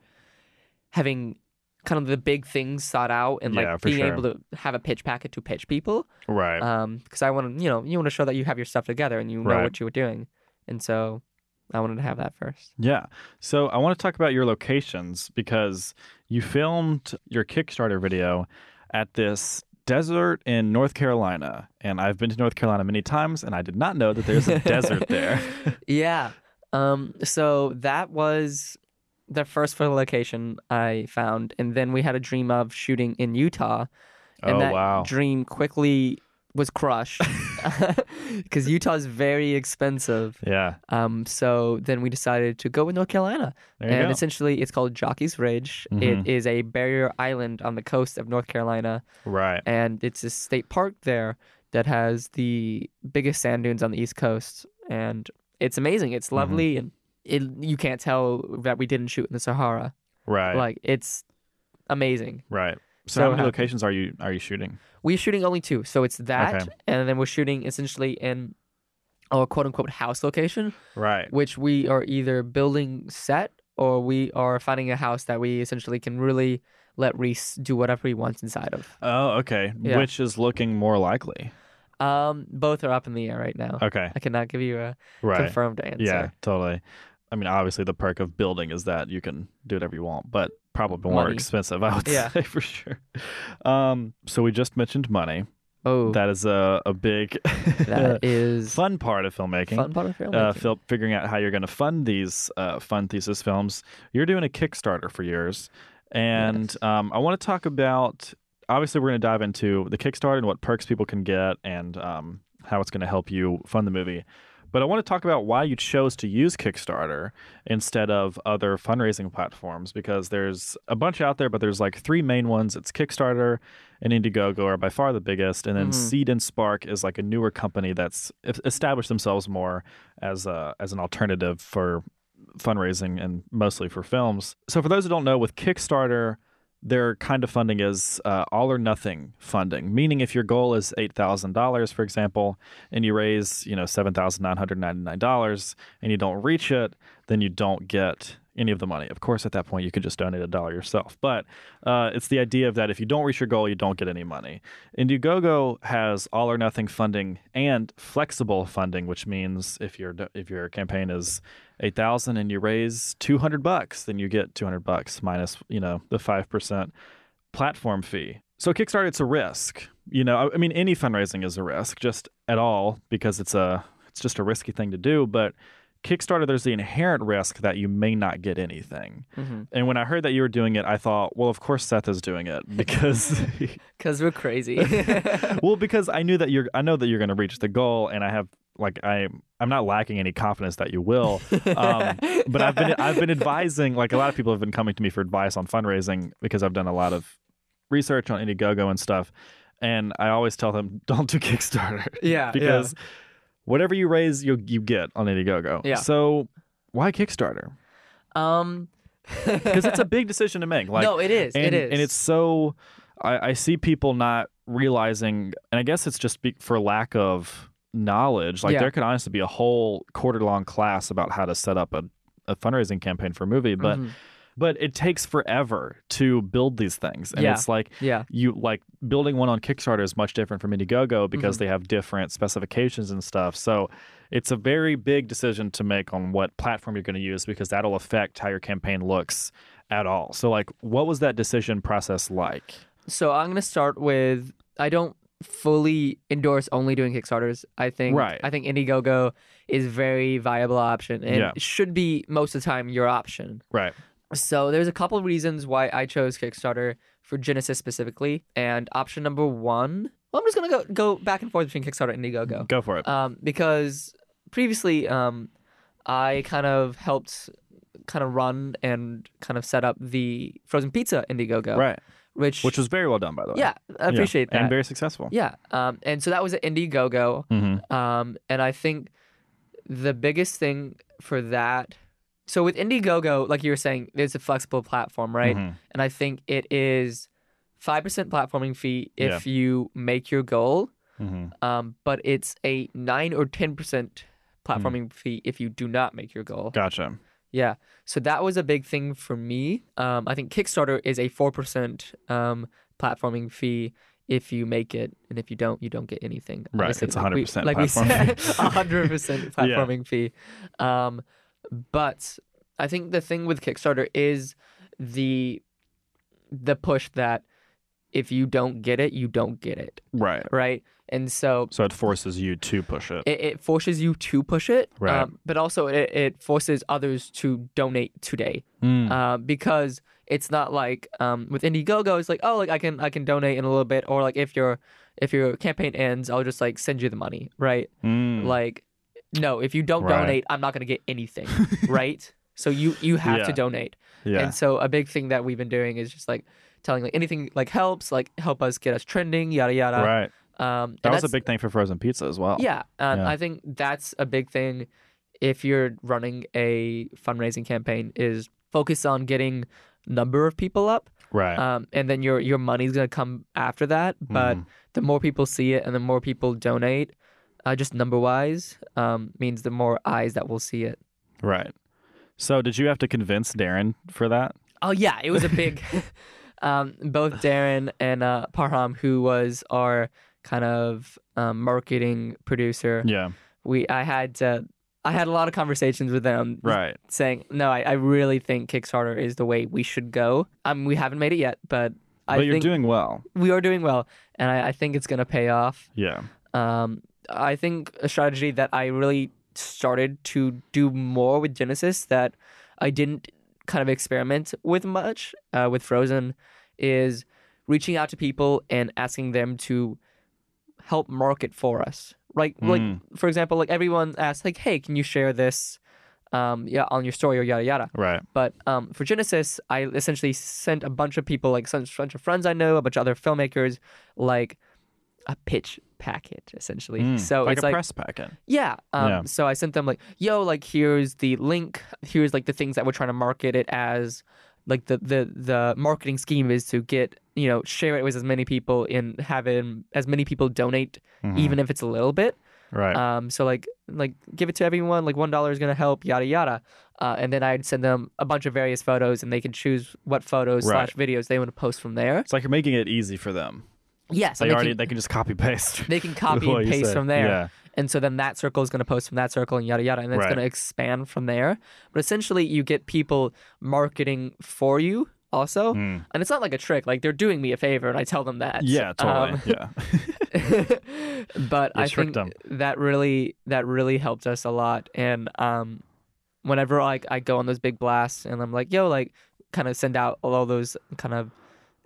A: having kind of the big things sought out and like
B: Yeah, for
A: being
B: sure.
A: able to have a pitch packet to pitch people
B: Right.
A: um because i want to you know you want to show that you have your stuff together and you know
B: Right.
A: what you were doing and so i wanted to have that first
B: Yeah. So I want to talk about your locations because you filmed your Kickstarter video at this desert in North Carolina. And I've been to North Carolina many times and I did not know that there's a desert there.
A: yeah um so that was the first photo location i found and then we had a dream of shooting in utah and
B: oh,
A: that
B: wow.
A: dream quickly was crushed because utah's very expensive
B: Yeah.
A: um so then we decided to go with north carolina
B: There you
A: and
B: go.
A: essentially it's called jockey's ridge It
B: Mhm.
A: is a barrier island on the coast of north carolina
B: right.
A: and it's a state park there that has the biggest sand dunes on the east coast and it's amazing
B: Mm-hmm.
A: it's lovely and it, you can't tell that we didn't shoot in the sahara
B: Right.
A: like it's amazing
B: right.
A: so
B: So, how many
A: happy.
B: locations are you are you shooting?
A: we're shooting only two so it's that
B: Okay.
A: and then we're shooting essentially in our quote unquote house location
B: Right.
A: which we are either building set or we are finding a house that we essentially can really let Reese do whatever he wants inside of.
B: Oh, okay.
A: Yeah.
B: Which is looking more likely?
A: Um, both are up in the air right now.
B: Okay.
A: I cannot give you a
B: Right.
A: confirmed answer.
B: Yeah, totally. I mean, obviously, the perk of building is that you can do whatever you want, but probably more
A: Money.
B: expensive, I would
A: Yeah.
B: say for sure. Um, so we just mentioned money.
A: Oh,
B: That is a, a big
A: that is
B: fun part of filmmaking.
A: fun part of filmmaking.
B: Uh, fil- figuring out how you're going to fund these uh, fund thesis films. You're doing a Kickstarter for yours, and
A: Yes.
B: um, I want to talk about. Obviously, we're going to dive into the Kickstarter and what perks people can get, and um, how it's going to help you fund the movie. But I want to talk about why you chose to use Kickstarter instead of other fundraising platforms because there's a bunch out there, but there's like three main ones. It's Kickstarter and Indiegogo are by far the biggest, and then
A: Mhm.
B: Seed and Spark is like a newer company that's es- established themselves more as a as an alternative for fundraising and mostly for films. So for those who don't know, with Kickstarter. Their kind of funding is uh, all or nothing funding, meaning if your goal is eight thousand dollars, for example, and you raise you know seven thousand nine hundred ninety nine dollars, and you don't reach it, then you don't get any of the money. Of course, at that point, you could just donate a dollar yourself. But uh, it's the idea of that if you don't reach your goal, you don't get any money. Indiegogo has all or nothing funding and flexible funding, which means if your if your campaign is eight thousand and you raise two hundred bucks, then you get two hundred bucks minus you know the five percent platform fee. So Kickstarter, it's a risk. You know, I- I mean, any fundraising is a risk, just at all, because it's a it's just a risky thing to do. But Kickstarter, there's the inherent risk that you may not get anything.
A: Because
B: And when I heard that you were doing it, I thought, well, of course Seth is doing it because,
A: we're crazy.
B: well, because I knew that you're, I know that you're going to reach the goal, and I have like I, I'm not lacking any confidence that you will. Um, but I've been, I've been advising like a lot of people have been coming to me for advice on fundraising because I've done a lot of research on Indiegogo and stuff, and I always tell them don't do Kickstarter
A: yeah,
B: because whatever you raise, you you get on Indiegogo.
A: Yeah.
B: So why Kickstarter?
A: Um,
B: because it's a big decision to make. Like,
A: no, it is.
B: and,
A: it is,
B: and it's so I, I see people not realizing, and I guess it's just be, for lack of knowledge. Like
A: Yeah.
B: there could honestly be a whole quarter long class about how to set up a, a fundraising campaign for a movie, but
A: Mhm.
B: but it takes forever to build these things, and
A: Yeah.
B: it's like
A: yeah,
B: you like building one on Kickstarter is much different from Indiegogo because
A: Mm-hmm.
B: they have different specifications and stuff. So it's a very big decision to make on what platform you're going to use because that'll affect how your campaign looks at all. So like what was that decision process like?
A: So I'm gonna start with I don't fully endorse only doing Kickstarters. I think
B: Right.
A: I think Indiegogo is very viable option and
B: Yeah.
A: should be most of the time your option.
B: Right.
A: So there's a couple of reasons why I chose Kickstarter for Genesis specifically, and option number one. Well, I'm just gonna go go back and forth between Kickstarter and Indiegogo
B: Go for it.
A: um, because previously um, I kind of helped kind of run and kind of set up the frozen pizza Indiegogo,
B: right.
A: Which
B: Which was very well done by the way.
A: yeah, I
B: Yeah.
A: appreciate that.
B: And very successful.
A: yeah, um, and so that was at Indiegogo,
B: hmm
A: um, and I think the biggest thing for that. So with Indiegogo, like you were saying, there's a flexible platform, right?
B: Mhm.
A: And I think it is five percent platforming fee if you make your goal,
B: Mhm.
A: um, but it's a nine or ten percent
B: Hmm.
A: platforming fee if you do not make your goal.
B: Gotcha.
A: Yeah. So that was a big thing for me. Um, I think Kickstarter is a 4% um, platforming fee if you make it. And if you don't, you don't get anything.
B: Right,
A: Obviously,
B: it's
A: like we-
B: 100%
A: Like we
B: platform
A: said, 100%
B: Yeah.
A: platforming fee. Um, but I think the thing with Kickstarter is the the push that if you don't get it, you don't get it.
B: Right.
A: Right. And so
B: So it forces you to push it.
A: it, it forces you to push it,
B: Right.
A: um, but also it, it forces others to donate today
B: Mm.
A: uh, because it's not like um, with Indiegogo, it's like oh, like I can I can donate in a little bit, or like if your if your campaign ends, I'll just like send you the money, right?
B: Mm.
A: Like, no, if you don't
B: Right.
A: donate, I'm not gonna get anything, right? So you you have to
B: Yeah.
A: donate,
B: yeah.
A: and so a big thing that we've been doing is just like telling like anything like helps, like help us get us trending, yada yada.
B: right.
A: Um, uh,
B: That
A: and
B: was a
A: that's-
B: big thing for frozen pizza as well.
A: yeah, um,
B: Oh, Yeah.
A: I think that's a big thing. If you're running a fundraising campaign, is focus on getting number of people up,
B: Right.
A: um, and then your your money's gonna come after that. But the more people see it, and the more people donate, uh, just number wise, um, means the more eyes that will see it.
B: Right. So did you have to convince Darren for that?
A: Oh yeah, it was a big. um, both Darren and uh, Parham, who was our kind of um, marketing producer,
B: Yeah.
A: we I had to. I had a lot of conversations with them,
B: Right.
A: saying, "No, I, I really think Kickstarter is the way we should go." Um, we haven't made it yet, but I
B: but you're
A: think
B: doing well.
A: we are doing well, and I, I think it's gonna pay off.
B: Yeah.
A: Um, I think a strategy that I really started to do more with Genesis that I didn't kind of experiment with much uh, with Frozen is reaching out to people and asking them to help market for us. Like,
B: Mm.
A: like for example, like everyone asks, like, "Hey, can you share this?" Um, yeah, on your story or yada yada.
B: Right.
A: But um, for Genesis, I essentially sent a bunch of people, like some- a bunch of friends I know, a bunch of other filmmakers, like a pitch packet, essentially.
B: Mm.
A: So
B: like
A: it's
B: a
A: like,
B: press packet.
A: yeah. Um,
B: Yeah.
A: So I sent them like, yo, like here's the link. Here's like the things that we're trying to market it as. Like the the the marketing scheme is to get you know share it with as many people and having as many people donate,
B: Mhm.
A: even if it's a little bit.
B: Right.
A: Um, so like like give it to everyone. Like one dollar is gonna help. Yada yada. Uh, and then I'd send them a bunch of various photos, and they can choose what photos
B: Right.
A: slash videos they want to post from there.
B: it's like you're making it easy for them.
A: Yes,
B: They
A: and they
B: already
A: can,
B: they can just copy paste.
A: they can copy
B: what
A: and
B: you
A: paste
B: said.
A: from there.
B: Yeah.
A: And so then that circle is going to post from that circle and yada yada, and then
B: Right.
A: it's going to expand from there. But essentially, you get people marketing for you also.
B: Mm.
A: And it's not like a trick; like they're doing me a favor, and I tell them that.
B: Yeah, totally.
A: Um,
B: yeah.
A: but I
B: tricked
A: think
B: 'em.
A: that really that really helped us a lot. And um, whenever like I go on those big blasts and I'm like, yo, like kind of send out all those kind of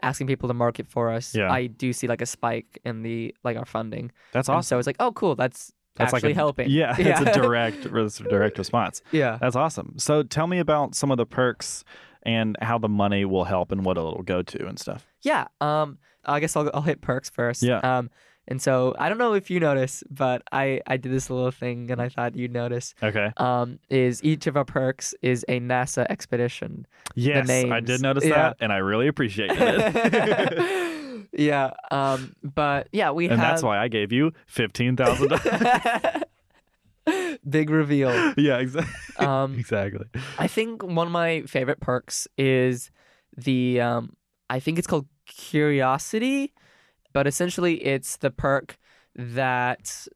A: asking people to market for us.
B: Yeah.
A: I do see like a spike in the like our funding.
B: That's
A: And
B: awesome.
A: so it's like, oh, cool, that's,
B: That's
A: actually
B: like a,
A: helping.
B: Yeah,
A: yeah.
B: it's a direct it's a direct response.
A: yeah.
B: That's awesome. So tell me about some of the perks and how the money will help and what it'll go to and stuff.
A: Yeah. Um, I guess I'll, I'll hit perks first.
B: Yeah.
A: Um, And so I don't know if you notice, but I I did this little thing and I thought you'd notice.
B: Okay.
A: Um, is each of our perks is a NASA expedition.
B: Yes, I
A: names.
B: did notice
A: Yeah.
B: that, and I really appreciated it.
A: yeah. Um, but yeah, we
B: and
A: have
B: that's why I gave you fifteen thousand dollars.
A: big reveal.
B: yeah, exactly.
A: Um,
B: exactly.
A: I think one of my favorite perks is the um I think it's called curiosity, but essentially it's the perk that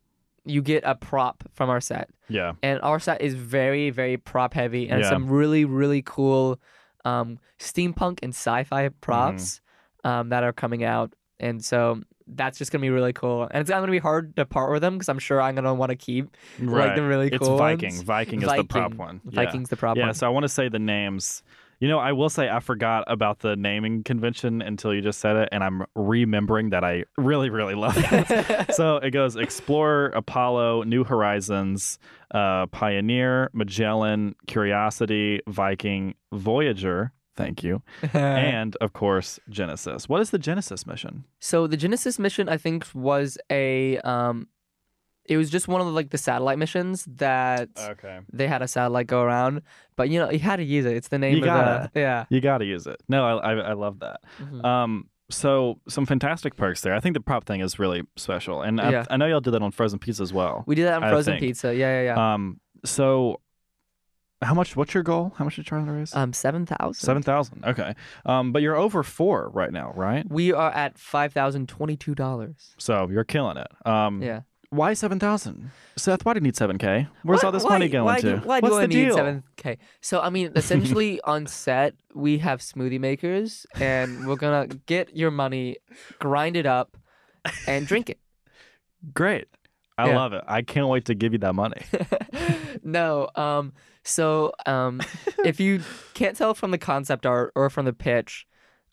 A: you get a prop from our set.
B: Yeah.
A: And our set is very very prop heavy and
B: Yeah.
A: some really really cool um steampunk and sci-fi props
B: Mm-hmm.
A: um that are coming out. And so that's just going to be really cool. And it's going to be hard to part with them cuz I'm sure I'm going to want to keep
B: Right.
A: like the really
B: it's
A: cool
B: Viking.
A: ones.
B: Viking is the prop
A: Viking.
B: one. Yeah.
A: Viking's the prop
B: yeah,
A: one.
B: so I want to say the names. You know, I will say I forgot about the naming convention until you just said it, and I'm remembering that I really, really love it. so it goes Explorer, Apollo, New Horizons, uh, Pioneer, Magellan, Curiosity, Viking, Voyager. Thank you. And of course, Genesis. What is the Genesis mission?
A: So the Genesis mission, I think, was a um, it was just one of the, like the satellite missions that
B: Okay.
A: they had a satellite go around. But you know, you had to use it. It's the name
B: You
A: of
B: gotta.
A: the yeah.
B: You got to use it. No, I, I, I love that.
A: Mhm.
B: Um, so some fantastic perks there. I think the prop thing is really special, and
A: Yeah.
B: I, I know y'all did that on Frozen Pizza as well.
A: we did that on
B: I
A: frozen
B: think.
A: pizza. Yeah, yeah, yeah.
B: Um, so how much? What's your goal? How much did you try to raise?
A: um, seven thousand.
B: Seven thousand. Okay. Um, but you're over four right now, right?
A: We are at five thousand twenty-two dollars.
B: So you're killing it. Um,
A: Yeah.
B: Why seven thousand, Seth? Why do you need seven k? Where's
A: Why-
B: all this
A: why-
B: money going
A: why
B: to?
A: Do, why
B: What's
A: do I
B: the
A: need
B: deal?
A: seven k? So I mean, essentially on set we have smoothie makers, and we're gonna get your money, grind it up, and drink it.
B: Great. I
A: Yeah. Um,
B: love it. I can't wait to give you that money.
A: no. Um. So, um, if you can't tell from the concept art or from the pitch,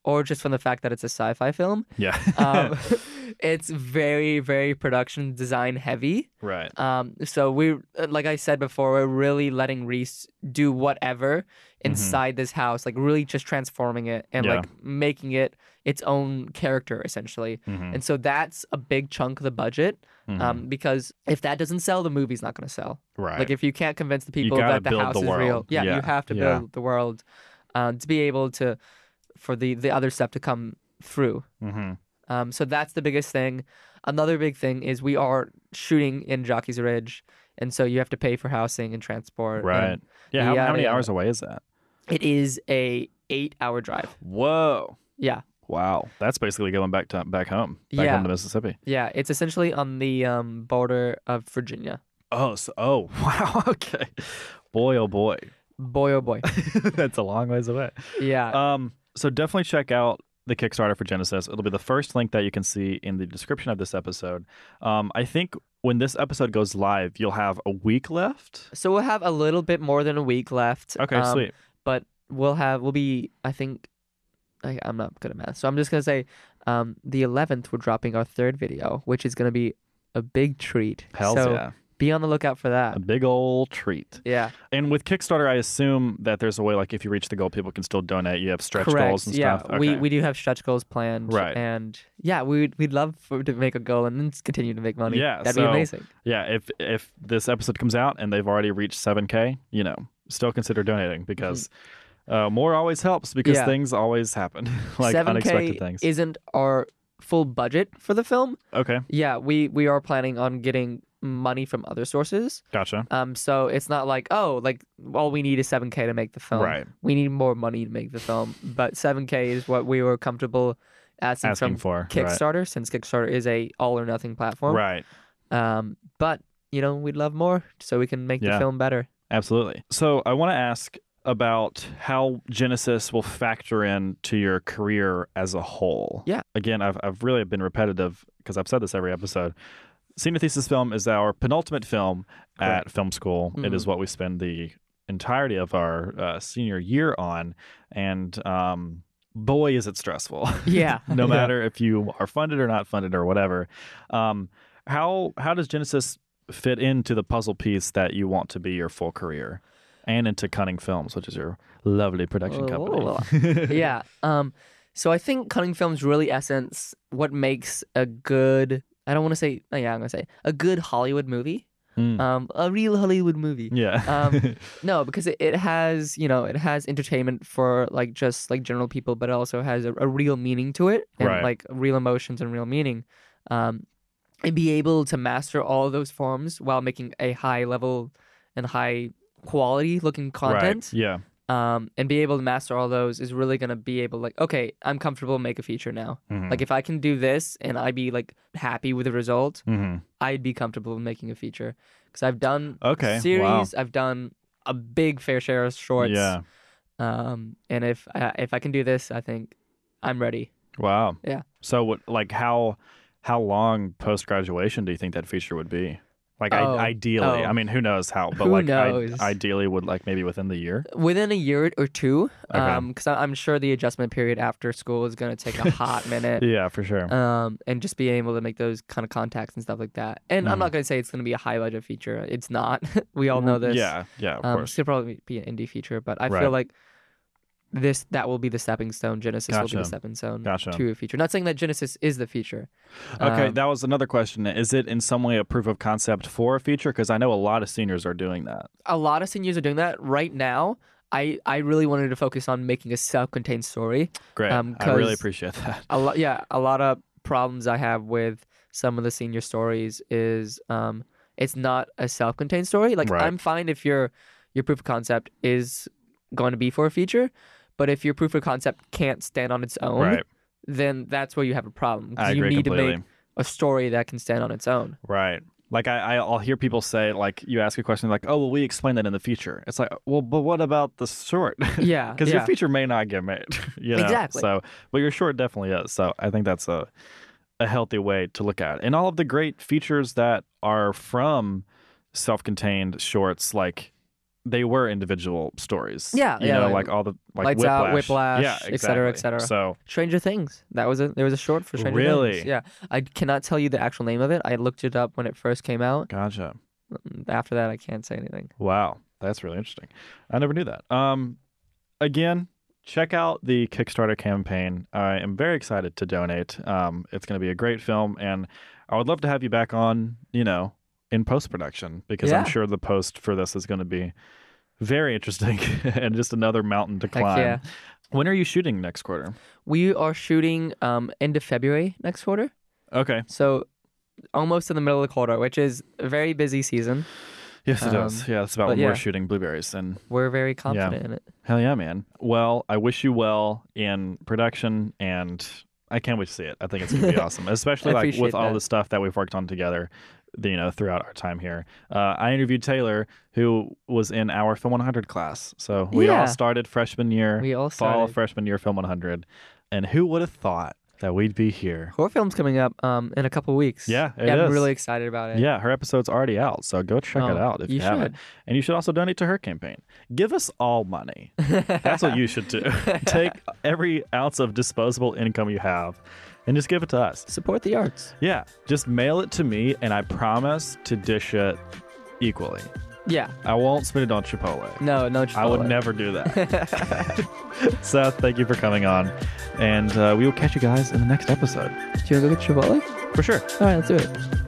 A: or just from the fact that it's a sci-fi film,
B: yeah.
A: um, it's very, very production design heavy.
B: right.
A: Um. So we, like I said before, we're really letting Reese do whatever inside this house, like really just transforming it and
B: Mm-hmm. Yeah.
A: like making it its own character essentially.
B: Mhm.
A: And so that's a big chunk of the budget.
B: Mhm.
A: Um, because if that doesn't sell, the movie's not going to sell.
B: right.
A: Like if you can't convince the people
B: gotta
A: that the
B: build
A: house
B: the
A: is
B: world.
A: real, yeah,
B: Yeah,
A: you have to
B: yeah.
A: build the world uh, to be able to for the the other stuff to come through.
B: hmm
A: Um, so that's the biggest thing. Another big thing is we are shooting in Jockey's Ridge, and so you have to pay for housing and transport. and
B: Right. Yeah. How, how
A: yada,
B: many
A: yada.
B: hours away is that?
A: It is a eight hour drive.
B: Whoa.
A: Yeah,
B: Wow, that's basically going back to back home, back
A: Yeah.
B: home to Mississippi.
A: yeah. It's essentially on the um, border of Virginia.
B: Oh, so, oh, wow. Okay, boy, oh boy,
A: Boy oh boy.
B: that's a long ways away.
A: Yeah.
B: Um, so definitely check out the Kickstarter for Genesis. It'll be the first link that you can see in the description of this episode. Um, I think when this episode goes live, you'll have a week left.
A: so we'll have a little bit more than a week left.
B: Okay,
A: Um,
B: sweet.
A: but we'll have we'll be I think I, I'm not good at math, so I'm just gonna say um, the 11th we're dropping our third video, which is gonna be a big treat.
B: Hell's
A: so
B: yeah,
A: be on the lookout for that.
B: a big old treat.
A: Yeah,
B: And with Kickstarter, I assume that there's a way like if you reach the goal, people can still donate. You have stretch
A: correct.
B: goals and
A: yeah,
B: stuff.
A: we
B: Okay.
A: we do have stretch goals planned,
B: Right.
A: And yeah, we'd we'd love for, to make a goal and then s- continue to make money.
B: Yeah,
A: that'd be
B: so-
A: amazing.
B: Yeah, if if this episode comes out and they've already reached 7k, you know, still consider donating because uh, more always helps because
A: Mm-hmm. Yeah.
B: things always happen, like
A: 7K
B: unexpected things.
A: isn't our full budget for the film.
B: okay,
A: Yeah, we we are planning on getting money from other sources.
B: gotcha.
A: Um, so it's not like oh, like all we need is seven k to make the film.
B: Right.
A: We need more money to make the film, but seven k is what we were comfortable asking,
B: Asking
A: from
B: for
A: Kickstarter, since Kickstarter is a all or nothing platform.
B: Right. right.
A: Um, but you know we'd love more so we can make
B: Yeah.
A: the film better.
B: Absolutely. So I want to ask about how Genesis will factor in to your career as a whole.
A: Yeah.
B: Again, I've, I've really been repetitive because I've said this every episode. Senior Thesis Film is our penultimate film at film school. It is what we spend the entirety of our uh, senior year on. And um, boy, is it stressful.
A: Yeah.
B: no
A: Yeah.
B: matter if you are funded or not funded or whatever. Um, how how does Genesis fit into the puzzle piece that you want to be your full career, and into Cunning Films, which is your lovely production company?
A: yeah. Um, so I think Cunning Film's really essence what makes a good I don't want to say. oh, yeah, I'm gonna say a good Hollywood movie.
B: Mm.
A: Um, a real Hollywood movie.
B: yeah.
A: um, No, because it, it has you know it has entertainment for like just like general people, but it also has a, a real meaning to it and
B: Right.
A: like real emotions and real meaning. Um, and be able to master all those forms while making a high level and high quality looking content.
B: Right. Yeah.
A: Um, and be able to master all those is really gonna be able like okay, I'm comfortable make a feature now.
B: Mhm.
A: Like if I can do this and I be like happy with the result,
B: Mhm.
A: I'd be comfortable with making a feature because I've done
B: Okay, wow.
A: series. I've done a big fair share of shorts.
B: Yeah.
A: Um, and if I, if I can do this, I think I'm ready.
B: Wow.
A: Yeah.
B: So what like how how long post graduation do you think that feature would be? Like
A: Oh.
B: I, ideally,
A: Oh.
B: I mean, who knows how, but
A: Who
B: like I-
A: knows?
B: ideally would like maybe within the year.
A: Within a year or two,
B: Okay.
A: because I'm sure the adjustment period after school is gonna take a hot minute.
B: Yeah, for sure.
A: Um, and just being able to make those kind of contacts and stuff like that. And
B: Mm-hmm.
A: I'm not gonna say it's gonna be a high budget feature. It's not. we all know this.
B: Yeah, yeah, of
A: um,
B: course.
A: Should probably be an indie feature, but I
B: Right.
A: feel like this that will be the stepping stone. Genesis will be
B: Gotcha.
A: the stepping stone
B: Gotcha.
A: to a feature. Not saying that Genesis is the feature.
B: Okay,
A: Um,
B: that was another question. Is it in some way a proof of concept for a feature? Because I know a lot of seniors are doing that.
A: a lot of seniors are doing that right now. I, I really wanted to focus on making a self-contained story.
B: Great.
A: Um,
B: I really
A: 'cause-
B: appreciate that.
A: A lot, yeah, a lot of problems I have with some of the senior stories is um, it's not a self-contained story. Like
B: Right.
A: I'm fine if your your proof of concept is going to be for a feature, but if your proof of concept can't stand on its own,
B: Right.
A: then that's where you have a problem. 'cause
B: I
A: you
B: agree
A: need
B: completely.
A: to make a story that can stand on its own.
B: Right. Like I, I, I'll hear people say, like you ask a question, like, "Oh, well, we explain that in the future." It's like, well, but what about the short?
A: Yeah,
B: Because your
A: yeah.
B: feature may not get made. You know?
A: Exactly.
B: So, but your short definitely is. So I think that's a, a healthy way to look at. it. And all of the great features that are from self-contained shorts, like they were individual stories.
A: Yeah,
B: You
A: yeah,
B: know,
A: like
B: like all the like
A: Lights
B: whiplash.
A: Out, Whiplash,
B: yeah,
A: et cetera, et cetera.
B: exactly. So
A: Stranger Things. That was a there was a short for Stranger
B: Really?
A: Things. Yeah, I cannot tell you the actual name of it. I looked it up when it first came out. Mm,
B: gotcha.
A: After that, I can't say anything.
B: Wow, that's really interesting. I never knew that. Um, again, check out the Kickstarter campaign. I am very excited to donate. Um, it's going to be a great film, and I would love to have you back on. You know, in post production because I'm
A: Yeah.
B: sure the post for this is going to be very interesting and just another mountain to
A: Heck
B: climb.
A: yeah.
B: When are you shooting next quarter?
A: We are shooting um end of February next quarter,
B: Okay.
A: so almost in the middle of the quarter, which is a very busy season.
B: Yes, it
A: Um,
B: is. Yeah, that's about
A: but
B: when
A: yeah.
B: we're shooting blueberries and
A: We're very confident in it.
B: Hell yeah, man. Well, I wish you well in production and I can't wait to see it. I think it's gonna be awesome. Especially
A: I
B: like with
A: appreciate
B: all
A: that.
B: the stuff that we've worked on together, you know, throughout our time here. Uh, I interviewed Taylor, who was in our Film 100 class. So we
A: Yeah.
B: all started freshman year,
A: We all
B: fall
A: started.
B: freshman year Film 100. And who would have thought that we'd be here?
A: Horror film's coming up um in a couple weeks.
B: Yeah, it
A: yeah I'm
B: is.
A: really excited about it.
B: Yeah, her episode's already out, so go check it
A: Oh,
B: out if you,
A: you
B: haven't. And you should also donate to her campaign. Give us all money. That's what you should do. Take every ounce of disposable income you have and just give it to us.
A: Support the arts.
B: Yeah, just mail it to me, and I promise to dish it equally.
A: Yeah.
B: I won't spend it on Chipotle.
A: No, no.
B: I would
A: Chipotle.
B: never do that. Seth, thank you for coming on. And uh, we will catch you guys in the next episode
A: Do you want to go get Chipotle?
B: for sure.
A: All right, let's do it.